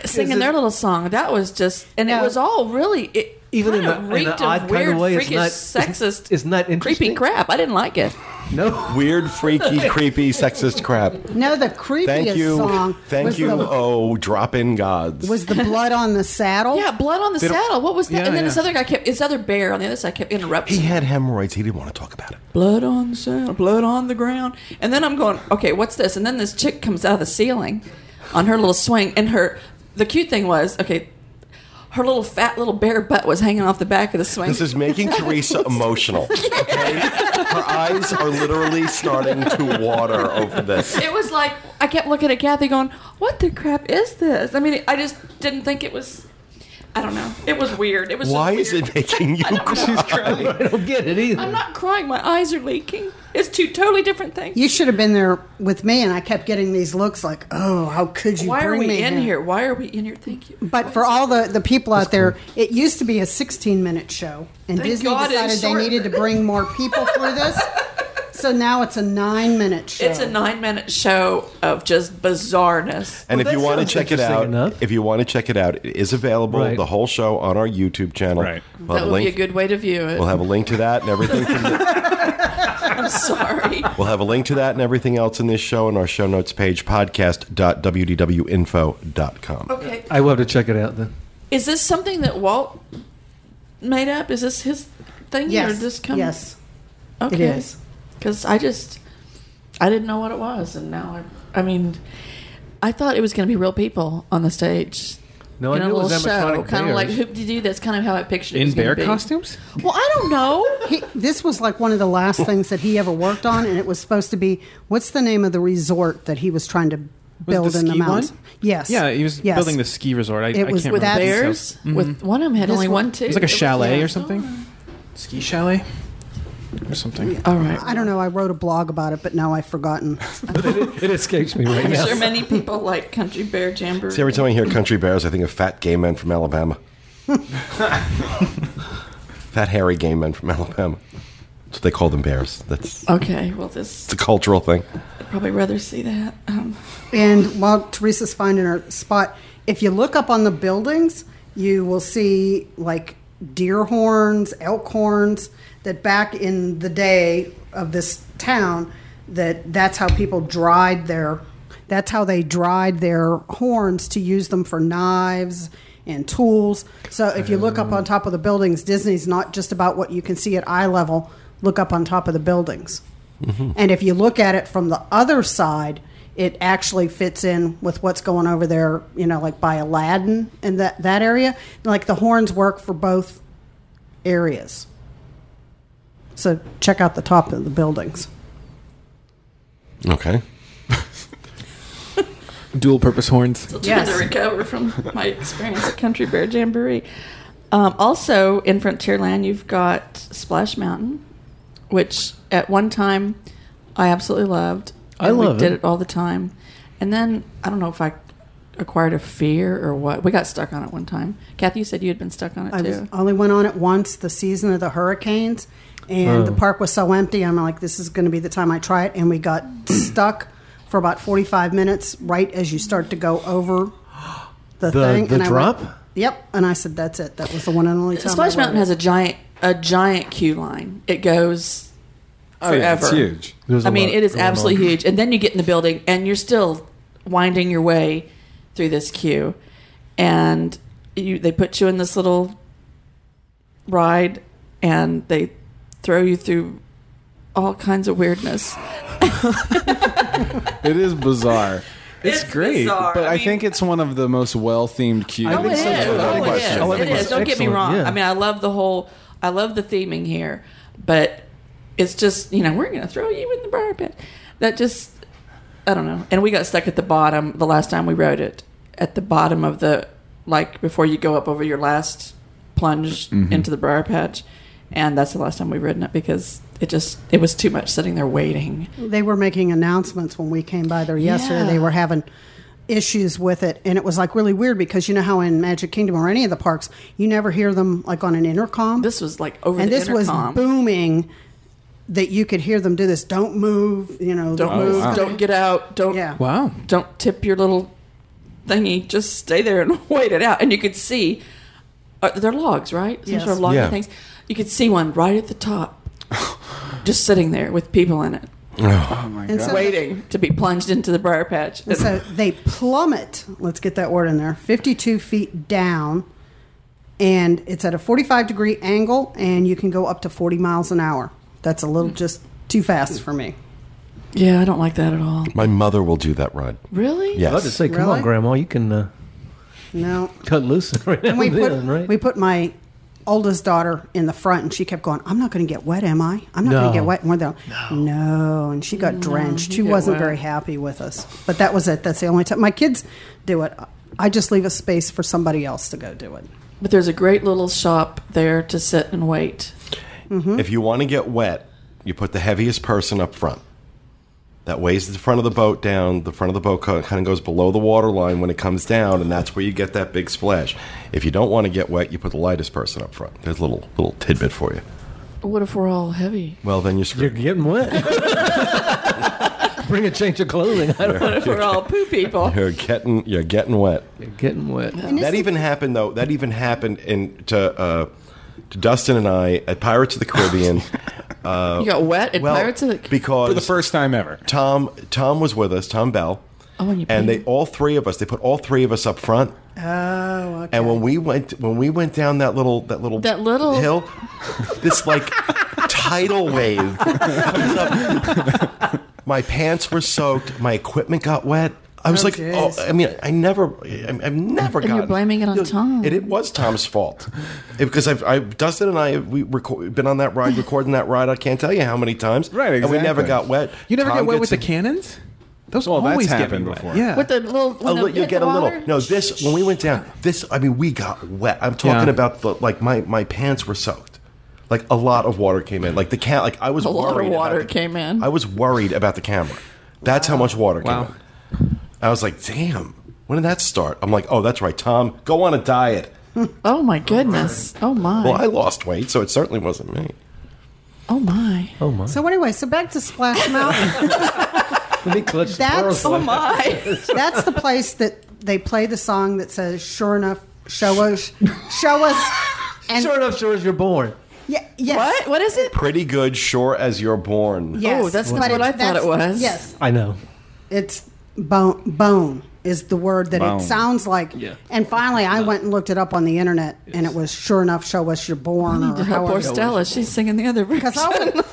Speaker 2: singing their little song. That was just, and
Speaker 4: Yeah.
Speaker 2: it was all really, it
Speaker 3: Even
Speaker 2: kind
Speaker 3: in a-
Speaker 2: of
Speaker 3: in a
Speaker 2: reeked of
Speaker 3: odd kind of
Speaker 2: weird,
Speaker 3: way, it's
Speaker 2: freakish,
Speaker 3: not- it's-
Speaker 2: sexist,
Speaker 3: it's not
Speaker 2: creepy
Speaker 3: interesting.
Speaker 2: crap. I didn't like it.
Speaker 3: No.
Speaker 1: Weird, freaky, creepy, sexist crap.
Speaker 4: No, the creepiest
Speaker 1: Thank you.
Speaker 4: song
Speaker 1: Thank
Speaker 4: was,
Speaker 1: you,
Speaker 4: The,
Speaker 1: oh, drop in gods.
Speaker 4: was the blood on the saddle.
Speaker 2: Yeah, blood on the
Speaker 5: don't-
Speaker 2: saddle. What was that?
Speaker 5: Yeah,
Speaker 2: and then
Speaker 5: yeah.
Speaker 2: this other guy kept this other bear on the other side kept interrupting.
Speaker 1: he had hemorrhoids. He didn't want to talk about it.
Speaker 2: blood on the saddle, blood on the ground. And then I'm going, okay, what's this? And then this chick comes out of the ceiling on her little swing, and her the cute thing was okay. Her little fat little bear butt was hanging off the back of the swing.
Speaker 1: This is making Teresa emotional. Okay? Her eyes are literally starting to water over this.
Speaker 2: it was like I kept looking at Kathy, going, "What the crap is this?" I mean, I just didn't think it was. I don't know. It was weird. It was. just
Speaker 1: Why is
Speaker 2: weird.
Speaker 1: it making you cry?
Speaker 3: I don't get it either.
Speaker 2: I'm not crying. My eyes are leaking. It's two totally different things.
Speaker 4: You should have been there with me, and I kept getting these looks like, "Oh, how could you
Speaker 2: Why
Speaker 4: bring
Speaker 2: are we
Speaker 4: me
Speaker 2: in here? Why are we in here? Thank you.
Speaker 4: But for all the, the people out there, it used to be a 16 minute show, and
Speaker 2: Thank
Speaker 4: Disney
Speaker 2: God it's
Speaker 4: decided they
Speaker 2: short.
Speaker 4: needed to bring more people through this. So now it's a nine minute show.
Speaker 2: It's a nine minute show of just bizarreness.
Speaker 1: And
Speaker 3: Well,
Speaker 1: if you
Speaker 3: that
Speaker 1: want to
Speaker 3: sounds
Speaker 1: check it
Speaker 3: interesting
Speaker 1: out,
Speaker 3: enough.
Speaker 1: if you want to check it out, it is available
Speaker 3: Right.
Speaker 1: the whole show on our YouTube channel.
Speaker 6: Right.
Speaker 1: We'll have
Speaker 2: that
Speaker 1: a
Speaker 2: would be a
Speaker 1: link-
Speaker 2: good way to view it.
Speaker 1: We'll have a link to that and everything. From the,
Speaker 2: I'm sorry.
Speaker 1: we'll have a link to that and everything else in this show on our show notes page, podcast.wdwinfo.com.
Speaker 2: Okay.
Speaker 3: I will have to check it out then.
Speaker 2: Is this something that Walt made up? Is this his thing? Or
Speaker 4: yes,
Speaker 2: this come?
Speaker 4: yes,
Speaker 2: Okay.
Speaker 4: it is.
Speaker 2: Because I just, I didn't know what it was. And now I, I mean, I thought it was going to be real people on the stage.
Speaker 3: No, I
Speaker 2: in a
Speaker 3: knew it
Speaker 2: little
Speaker 3: was animatronic
Speaker 2: show, kind of like
Speaker 3: bears.
Speaker 2: hoop de doo. That's kind of how I pictured it.
Speaker 5: In
Speaker 2: was gonna
Speaker 5: bear
Speaker 2: be.
Speaker 5: costumes?
Speaker 2: Well, I don't know.
Speaker 4: He, this was like one of the last things that he ever worked on, and it was supposed to be what's the name of the resort that he was trying to build
Speaker 5: the
Speaker 4: in the
Speaker 5: ski one?
Speaker 4: mountains? Yes.
Speaker 5: Yeah, he was
Speaker 4: Yes.
Speaker 5: building the ski resort. I,
Speaker 4: It
Speaker 5: I
Speaker 4: was
Speaker 5: can't
Speaker 4: with
Speaker 5: remember. the
Speaker 4: that-
Speaker 2: Bears
Speaker 5: details.
Speaker 1: Mm-hmm.
Speaker 2: with one of them had
Speaker 4: This
Speaker 2: only
Speaker 4: one-
Speaker 2: one too.
Speaker 5: It was like a chalet
Speaker 4: yeah.
Speaker 5: or something. Ski chalet or something.
Speaker 2: All right.
Speaker 4: I don't know. I wrote a blog about it, but now I've forgotten.
Speaker 3: It escapes me right
Speaker 2: I'm
Speaker 3: now.
Speaker 2: sure many people like Country Bear Jamboree.
Speaker 1: See, every time I hear country bears, I think of fat gay men from Alabama. fat, hairy gay men from Alabama. That's what they call them bears. That's
Speaker 2: Okay, well, this
Speaker 1: it's a cultural thing.
Speaker 2: I'd probably rather see that. Um,
Speaker 4: And while Teresa's finding her spot, if you look up on the buildings, you will see like deer horns, elk horns. That back in the day of this town, that that's how people dried their, that's how they dried their horns to use them for knives and tools. So if you look up on top of the buildings, Disney's not just about what you can see at eye level. Look up on top of the buildings. And if you look at it from the other side, it actually fits in with what's going over there, you know, like by Aladdin and that, that area. Like the horns work for both areas. So check out the top of the buildings.
Speaker 1: Okay.
Speaker 5: Dual purpose horns.
Speaker 2: still trying
Speaker 4: Yes.
Speaker 2: to recover from my experience at Country Bear Jamboree. Um, also, in Frontierland, you've got Splash Mountain, which at one time I absolutely loved.
Speaker 3: I
Speaker 2: and
Speaker 3: love
Speaker 2: we did
Speaker 3: it.
Speaker 2: it all the time. And then I don't know if I acquired a fear or what. We got stuck on it one time. Kathy, you said you had been stuck on it
Speaker 4: I
Speaker 2: too.
Speaker 4: was, only went on it once the season of the hurricanes, and the
Speaker 3: Oh.
Speaker 4: park was so empty. I'm like, this is going to be the time I try it. And we got stuck for about 45 minutes right as you start to go over
Speaker 3: The-
Speaker 4: the, thing.
Speaker 3: the
Speaker 4: and I went-
Speaker 3: drop?
Speaker 4: yep. And I said, that's it. That was the one and only time.
Speaker 2: Uh, Splash Mountain has a giant a giant queue line. It goes
Speaker 6: Oh, yeah,
Speaker 2: forever.
Speaker 6: it's huge.
Speaker 3: There's a
Speaker 2: I mean,
Speaker 3: lot
Speaker 2: it is
Speaker 3: going
Speaker 2: absolutely
Speaker 3: on.
Speaker 2: huge. And then you get in the building and you're still winding your way through this queue. And you they put you in this little ride and they throw you through all kinds of weirdness.
Speaker 6: It is bizarre.
Speaker 2: It's It's great. bizarre.
Speaker 6: but I,
Speaker 2: I mean-
Speaker 6: think it's one of the most well themed cues.
Speaker 3: I
Speaker 2: Oh, it
Speaker 3: think
Speaker 2: is.
Speaker 3: so, too. I
Speaker 2: Oh, it
Speaker 3: think it's-
Speaker 2: is.
Speaker 3: I think
Speaker 2: It is.
Speaker 3: it's
Speaker 2: Don't get me
Speaker 3: excellent,
Speaker 2: wrong.
Speaker 3: yeah.
Speaker 2: I mean, I love the whole, I love the theming here, but it's just, you know, we're going to throw you in the briar pit. That just, I don't know. And we got stuck at the bottom the last time we rode it, at the bottom of the, like, before you go up over your last plunge into the briar patch. And that's the last time we've ridden it because it just, it was too much sitting there waiting.
Speaker 4: They were making announcements when we came by there yesterday.
Speaker 2: Yeah.
Speaker 4: They were having issues with it, and it was like really weird because you know how in Magic Kingdom or any of the parks, you never hear them like on an intercom.
Speaker 2: This was like over
Speaker 4: and
Speaker 2: the
Speaker 4: this
Speaker 2: intercom.
Speaker 4: was booming that you could hear them do this. Don't move, you know.
Speaker 2: don't
Speaker 6: Oh,
Speaker 2: move.
Speaker 6: wow.
Speaker 2: Don't get out. Don't
Speaker 4: Yeah.
Speaker 5: Wow.
Speaker 2: don't tip your little thingy. Just stay there and wait it out. And you could see uh, they're logs, right? Some
Speaker 4: Yes.
Speaker 2: sort of logging
Speaker 1: Yeah.
Speaker 2: things. You could see one right at the top, just sitting there with people in it, Oh
Speaker 4: And so,
Speaker 2: waiting to be plunged into the briar patch.
Speaker 4: and so they plummet. Let's get that word in there. Fifty-two feet down, and it's at a forty-five degree angle, and you can go up to forty miles an hour. That's a
Speaker 2: Hmm.
Speaker 4: little just too fast for me.
Speaker 2: yeah, I don't like that at all.
Speaker 1: My mother will do that ride.
Speaker 2: Really?
Speaker 1: Yes.
Speaker 3: I'd love to say, come
Speaker 4: Really?
Speaker 3: on, Grandma, you can uh,
Speaker 4: No,
Speaker 3: cut loose right now
Speaker 4: and we
Speaker 3: and
Speaker 4: put
Speaker 3: then, right?
Speaker 4: we put my oldest daughter in the front, and she kept going. I'm not going to get wet, am I? I'm not going
Speaker 3: No.
Speaker 4: to get wet. And we're there, no. no, and she got drenched. She wasn't
Speaker 2: wet.
Speaker 4: very happy with us. But that was it. That's the only time my kids do it. I just leave a space for somebody else to go do it.
Speaker 2: But there's a great little shop there to sit and wait.
Speaker 1: If you want to get wet, you put the heaviest person up front. That weighs the front of the boat down. The front of the boat kind of goes below the water line when it comes down, and that's where you get that big splash. If you don't want to get wet, you put the lightest person up front. There's a little little tidbit for you.
Speaker 2: What if we're all heavy?
Speaker 1: Well, then you're
Speaker 3: You're
Speaker 1: screwed.
Speaker 3: getting wet. Bring a change of clothing. I don't
Speaker 2: What if we're all poo people?
Speaker 1: You're getting you're getting wet.
Speaker 3: You're getting wet.
Speaker 1: That even happened though. That even happened in to uh, to Dustin and I at Pirates of the Caribbean. Uh,
Speaker 2: You got wet at
Speaker 1: well,
Speaker 2: Pirates of the
Speaker 1: because
Speaker 6: For the first time ever.
Speaker 1: Tom Tom was with us, Tom Bell.
Speaker 2: Oh, and you
Speaker 1: and
Speaker 2: paid
Speaker 1: they all three of us. They put all three of us up front.
Speaker 4: Oh, okay.
Speaker 1: And when we went when we went down that little that little
Speaker 2: That little-
Speaker 1: hill, this like tidal wave comes up. My pants were soaked. My equipment got wet. I was
Speaker 4: Oh,
Speaker 1: like,
Speaker 4: jeez.
Speaker 1: oh, I mean, I never, I- I've never.
Speaker 2: And you're
Speaker 1: gotten-
Speaker 2: blaming it on
Speaker 1: No,
Speaker 2: Tom.
Speaker 1: It, it was Tom's fault It- because I've, I've Dustin and I we record, been on that ride, recording that ride. I can't tell you how many times.
Speaker 6: Right,
Speaker 1: And we never
Speaker 6: exactly.
Speaker 1: got wet.
Speaker 5: You never
Speaker 1: Tom
Speaker 5: get wet
Speaker 1: gets
Speaker 5: with the
Speaker 1: in-
Speaker 5: cannons? Those
Speaker 6: Well, that's
Speaker 5: always get me
Speaker 6: happened
Speaker 5: wet.
Speaker 6: before.
Speaker 5: Yeah.
Speaker 2: With the little,
Speaker 1: a
Speaker 2: when the-
Speaker 1: little, Oh, you'll
Speaker 2: hit
Speaker 1: get a
Speaker 2: the
Speaker 1: little.
Speaker 2: water?
Speaker 1: No, this when we went down, this I mean, we got wet. I'm talking
Speaker 5: Yeah.
Speaker 1: about the like my my pants were soaked. Like a lot of water came in. Like the cat. Like I was
Speaker 2: A lot of
Speaker 1: worried about
Speaker 2: water
Speaker 1: the-
Speaker 2: came in.
Speaker 1: I was worried about the camera. That's how much water came
Speaker 5: Wow.
Speaker 1: in. I was like, damn. When did that start? I'm like, oh, that's right, Tom. Go on a diet.
Speaker 2: Oh my goodness. Oh my.
Speaker 1: Well, I lost weight, so it certainly wasn't me.
Speaker 2: oh my.
Speaker 3: Oh my!
Speaker 4: so anyway, so back to Splash Mountain.
Speaker 3: Let me clutch the
Speaker 4: That's-
Speaker 3: pearls
Speaker 2: Oh
Speaker 3: like-
Speaker 2: my.
Speaker 4: That's the place that they play the song that says, "Sure enough, show us, show us." And
Speaker 3: Sure enough, sure as you're born.
Speaker 4: yeah, yes.
Speaker 2: What? What is it?
Speaker 1: Pretty good, sure as you're born.
Speaker 4: Yes.
Speaker 2: Oh, that's not
Speaker 4: But
Speaker 2: what I thought it
Speaker 4: that's-
Speaker 2: was.
Speaker 4: Yes,
Speaker 3: I know.
Speaker 4: it's bone bone is the word that
Speaker 6: Bone.
Speaker 4: it sounds like
Speaker 3: Yeah.
Speaker 4: and finally i went and looked it up on the internet and it was sure enough show us you're born or
Speaker 2: Oh, poor
Speaker 4: however
Speaker 2: Stella. She's singing the other version.
Speaker 4: because I, would-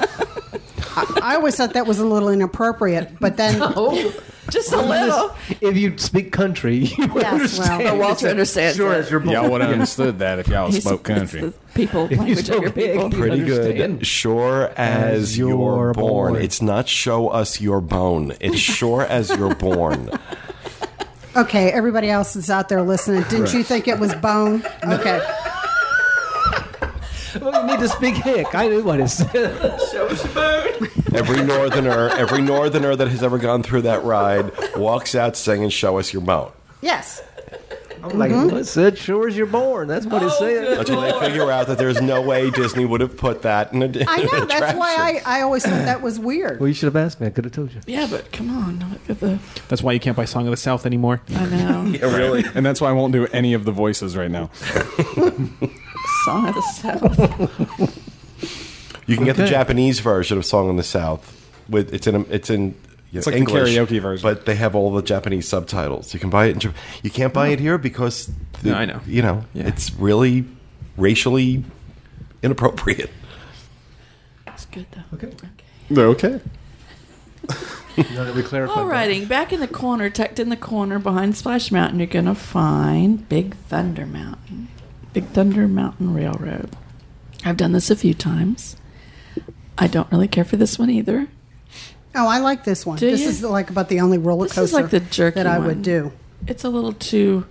Speaker 4: I, I always thought that was a little inappropriate but then
Speaker 2: Just a little.
Speaker 3: If you speak country, you would
Speaker 4: well.
Speaker 3: understand.
Speaker 4: But
Speaker 2: Walter understands
Speaker 3: Sure
Speaker 2: it.
Speaker 3: as you're born.
Speaker 6: Y'all would have understood that if y'all
Speaker 2: He's-
Speaker 6: spoke
Speaker 2: it's
Speaker 6: country.
Speaker 2: the people language of
Speaker 3: spoke
Speaker 2: your
Speaker 3: big.
Speaker 2: people.
Speaker 1: Pretty
Speaker 3: Understand.
Speaker 1: good, sure as,
Speaker 3: As
Speaker 1: you're,
Speaker 3: you're
Speaker 1: born.
Speaker 3: born.
Speaker 1: It's not show us your bone. It's sure as you're born.
Speaker 4: okay everybody else is out there listening didn't you think it was bone okay
Speaker 3: made this big hick. I knew what it said.
Speaker 1: Every northerner, every northerner that has ever gone through that ride walks out singing "Show us your mount."
Speaker 4: Yes.
Speaker 3: I'm like,
Speaker 2: Mm-hmm.
Speaker 3: well, it said, sure as you're born. That's what it
Speaker 2: Oh,
Speaker 3: said.
Speaker 1: Until they figure out that there's no way Disney would have put that in a. In
Speaker 4: I know.
Speaker 1: an
Speaker 4: That's why
Speaker 1: attraction.
Speaker 4: I, I always thought that was weird.
Speaker 3: Well, you should have asked me. I could have told you.
Speaker 2: Yeah, but come on, look at the.
Speaker 5: That's why you can't buy Song of the South anymore.
Speaker 2: I know.
Speaker 1: Yeah, really.
Speaker 6: And that's why I won't do any of the voices right now.
Speaker 2: Song of the South.
Speaker 1: You can get the
Speaker 3: Okay.
Speaker 1: Japanese version of "Song in the South." With it's in it's in you
Speaker 6: It's
Speaker 1: know,
Speaker 6: like the
Speaker 1: English,
Speaker 6: karaoke version.
Speaker 1: but they have all the Japanese subtitles. You can buy it. In Jap- you can't buy it here because the-
Speaker 5: No, I know.
Speaker 1: You know,
Speaker 5: Yeah.
Speaker 1: it's really racially inappropriate.
Speaker 2: It's good though.
Speaker 3: Okay.
Speaker 6: Okay.
Speaker 3: Now that we clarified.
Speaker 2: All righty, back in the corner, tucked in the corner behind Splash Mountain, you're gonna find Big Thunder Mountain, Big Thunder Mountain Railroad. I've done this a few times. I don't really care for this one either.
Speaker 4: Oh, I like this one.
Speaker 2: Do
Speaker 4: this
Speaker 2: you?
Speaker 4: is like about the only roller
Speaker 2: This
Speaker 4: coaster
Speaker 2: is like the jerky
Speaker 4: that I
Speaker 2: one.
Speaker 4: would do.
Speaker 2: It's a little too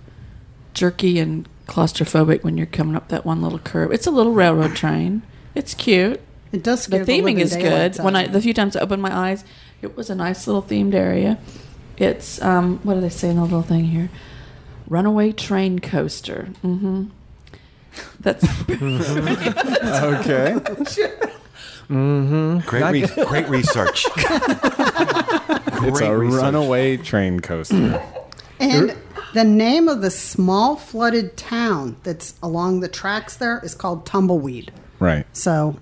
Speaker 2: jerky and claustrophobic when you're coming up that one little curve. It's a little railroad train. It's cute.
Speaker 4: It does.
Speaker 2: The
Speaker 4: Scare the
Speaker 2: theming
Speaker 4: living
Speaker 2: is good.
Speaker 4: daylights out
Speaker 2: When I
Speaker 4: of
Speaker 2: the
Speaker 4: me.
Speaker 2: few times I opened my eyes, it was a nice little themed area. It's um, what do they say in the little thing here? Runaway train coaster. Mm-hmm. That's
Speaker 6: Okay.
Speaker 1: Great, re- great research.
Speaker 6: it's a
Speaker 1: Great research.
Speaker 6: runaway train coaster.
Speaker 4: and the name of the small flooded town that's along the tracks there is called Tumbleweed.
Speaker 6: right.
Speaker 4: So,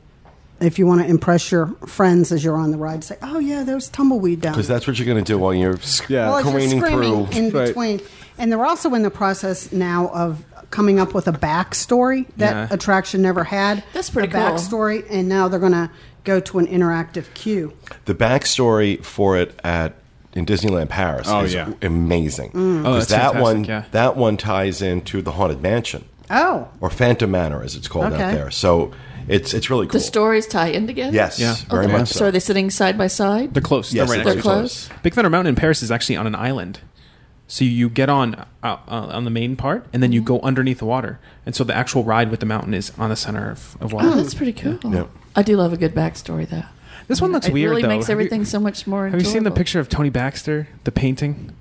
Speaker 4: if you want to impress your friends as you're on the ride, say, "Oh yeah, there's Tumbleweed down."
Speaker 1: Because that's what you're going to do while you're sc-
Speaker 6: Yeah.
Speaker 4: Well, as you're
Speaker 1: careening
Speaker 4: screaming
Speaker 1: through.
Speaker 4: in
Speaker 6: Right.
Speaker 4: between. And they're also in the process now of coming up with a backstory that
Speaker 5: Yeah.
Speaker 4: attraction never had.
Speaker 2: That's pretty
Speaker 4: a
Speaker 2: cool.
Speaker 4: backstory, and now they're going to go to an interactive queue.
Speaker 1: the backstory for it at in Disneyland Paris
Speaker 6: Oh,
Speaker 1: is
Speaker 6: yeah.
Speaker 1: amazing. Because
Speaker 5: Mm. Oh, that's
Speaker 1: that
Speaker 5: fantastic,
Speaker 1: one
Speaker 5: yeah.
Speaker 1: that one ties into the Haunted Mansion
Speaker 4: Oh,
Speaker 1: or Phantom Manor as it's called out
Speaker 4: Okay.
Speaker 1: there. So it's it's really cool.
Speaker 2: the stories tie in together.
Speaker 1: Yes, very
Speaker 2: Okay.
Speaker 1: much
Speaker 2: So
Speaker 1: so.
Speaker 2: are they sitting side by side?
Speaker 5: They're close.
Speaker 1: Yes,
Speaker 5: they're right
Speaker 1: they're
Speaker 5: next to
Speaker 1: very
Speaker 5: each other.
Speaker 2: close.
Speaker 5: Big Thunder Mountain in Paris is actually on an island. So you get on uh, uh, on the main part, and then
Speaker 2: Mm-hmm.
Speaker 5: you go underneath the water, and so the actual ride with the mountain is on the center of, of water.
Speaker 2: Oh, that's pretty cool.
Speaker 1: Yeah.
Speaker 2: I do love a good backstory though.
Speaker 5: this one looks
Speaker 2: it
Speaker 5: weird.
Speaker 2: really
Speaker 5: though.
Speaker 2: makes
Speaker 5: Have you-
Speaker 2: everything so much more.
Speaker 5: Have you seen the
Speaker 2: enjoyable. Oh.
Speaker 5: picture of Tony Baxter, the painting?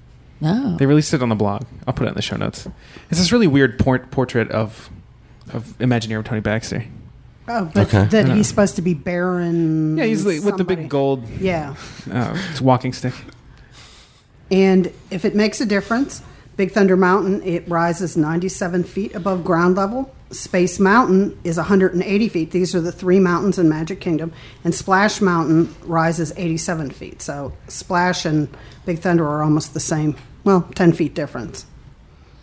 Speaker 2: No.
Speaker 5: They released it on the blog. I'll put it in the show notes. It's this really weird por- portrait of of Imagineer Tony Baxter.
Speaker 4: oh, but
Speaker 1: Okay.
Speaker 4: that he's supposed to be Baron.
Speaker 5: Yeah, he's like, with the
Speaker 4: somebody.
Speaker 5: big gold
Speaker 4: Yeah,
Speaker 5: uh, it's walking stick.
Speaker 4: and if it makes a difference, Big Thunder Mountain it rises 97 feet above ground level. Space Mountain is 180 feet. These are the three mountains in Magic Kingdom, and Splash Mountain rises 87 feet. So Splash and Big Thunder are almost the same. Well, 10 feet difference.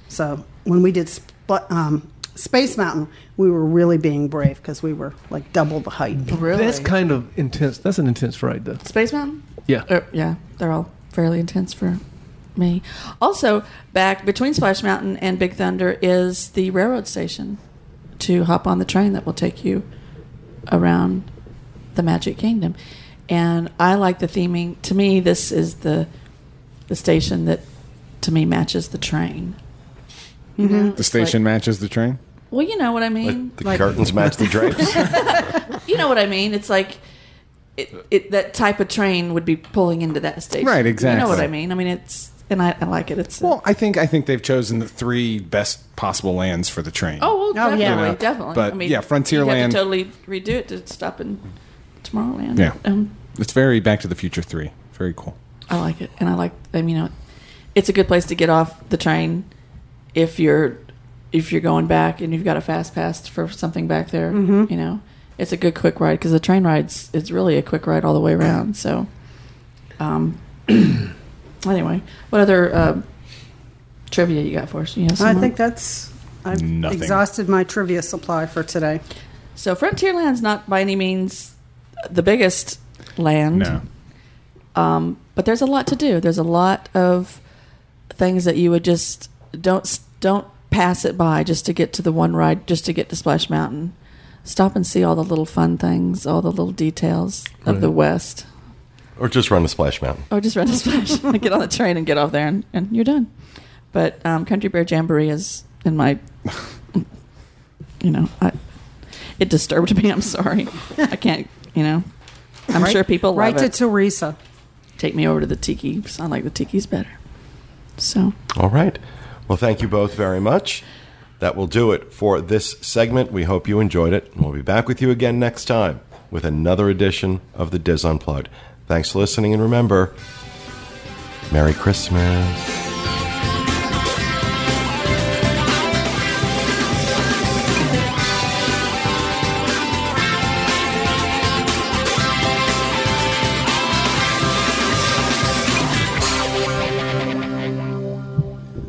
Speaker 4: So when we did Spl- um, Space Mountain, we were really being brave because we were like double the height.
Speaker 2: really?
Speaker 3: That's kind of intense. That's an intense ride, though.
Speaker 2: Space Mountain.
Speaker 3: Yeah.
Speaker 2: Uh, yeah, they're all fairly intense for me. Also, back between Splash Mountain and Big Thunder is the railroad station to hop on the train that will take you around the Magic Kingdom. And I like the theming. To me, this is the the station that to me matches the train. You know,
Speaker 6: The
Speaker 2: it's
Speaker 6: station
Speaker 2: like-
Speaker 6: matches the train.
Speaker 2: well, you know what I mean.
Speaker 1: Like, the curtains match the drapes.
Speaker 2: you know what I mean. It's like it, it that type of train would be pulling into that station.
Speaker 6: Right,
Speaker 2: You know what
Speaker 6: exactly.
Speaker 2: I mean. I mean, it's and I, I like it. It's
Speaker 6: Well, I think I think they've chosen the three best possible lands for the train.
Speaker 2: oh, well,
Speaker 4: Oh, yeah.
Speaker 2: definitely,
Speaker 4: You
Speaker 6: know,
Speaker 2: definitely.
Speaker 6: but,
Speaker 2: I mean,
Speaker 6: yeah,
Speaker 2: you'd have
Speaker 6: Frontierland-
Speaker 2: to totally redo it to stop in Tomorrowland.
Speaker 6: Yeah.
Speaker 2: um,
Speaker 6: It's very Back to the Future three. Very cool.
Speaker 2: I like it, and I like. I mean, you know, it's a good place to get off the train if you're if you're going back and you've got a fast pass for something back there.
Speaker 4: Mm-hmm.
Speaker 2: You know, it's a good quick ride because the train rides it's really a quick ride all the way around. So, um, anyway, what other uh, trivia you got for us? You know,
Speaker 4: I think that's I've
Speaker 6: Nothing.
Speaker 4: exhausted my trivia supply for today.
Speaker 2: so. Frontierland's not by any means the biggest land.
Speaker 6: No.
Speaker 2: Um, but there's a lot to do. There's a lot of things that you would just don't don't pass it by just to get to the one ride, just to get to Splash Mountain. Stop and see all the little fun things, all the little details of the West,
Speaker 1: or just run to Splash Mountain.
Speaker 2: or just run to Splash, get on the train and get off there, and, and you're done. But um, Country Bear Jamboree is in my, you know, I, It disturbed me. I'm sorry. I can't. You know, I'm
Speaker 4: Right-
Speaker 2: sure people
Speaker 4: right
Speaker 2: love
Speaker 4: to
Speaker 2: it.
Speaker 4: Teresa.
Speaker 2: Take me over to the tiki. Sound like the tiki's better. So
Speaker 1: All right. Well, thank you both very much. That will do it for this segment. We hope you enjoyed it. and We'll be back with you again next time with another edition of the Diz Unplugged. Thanks for listening, and remember, Merry Christmas.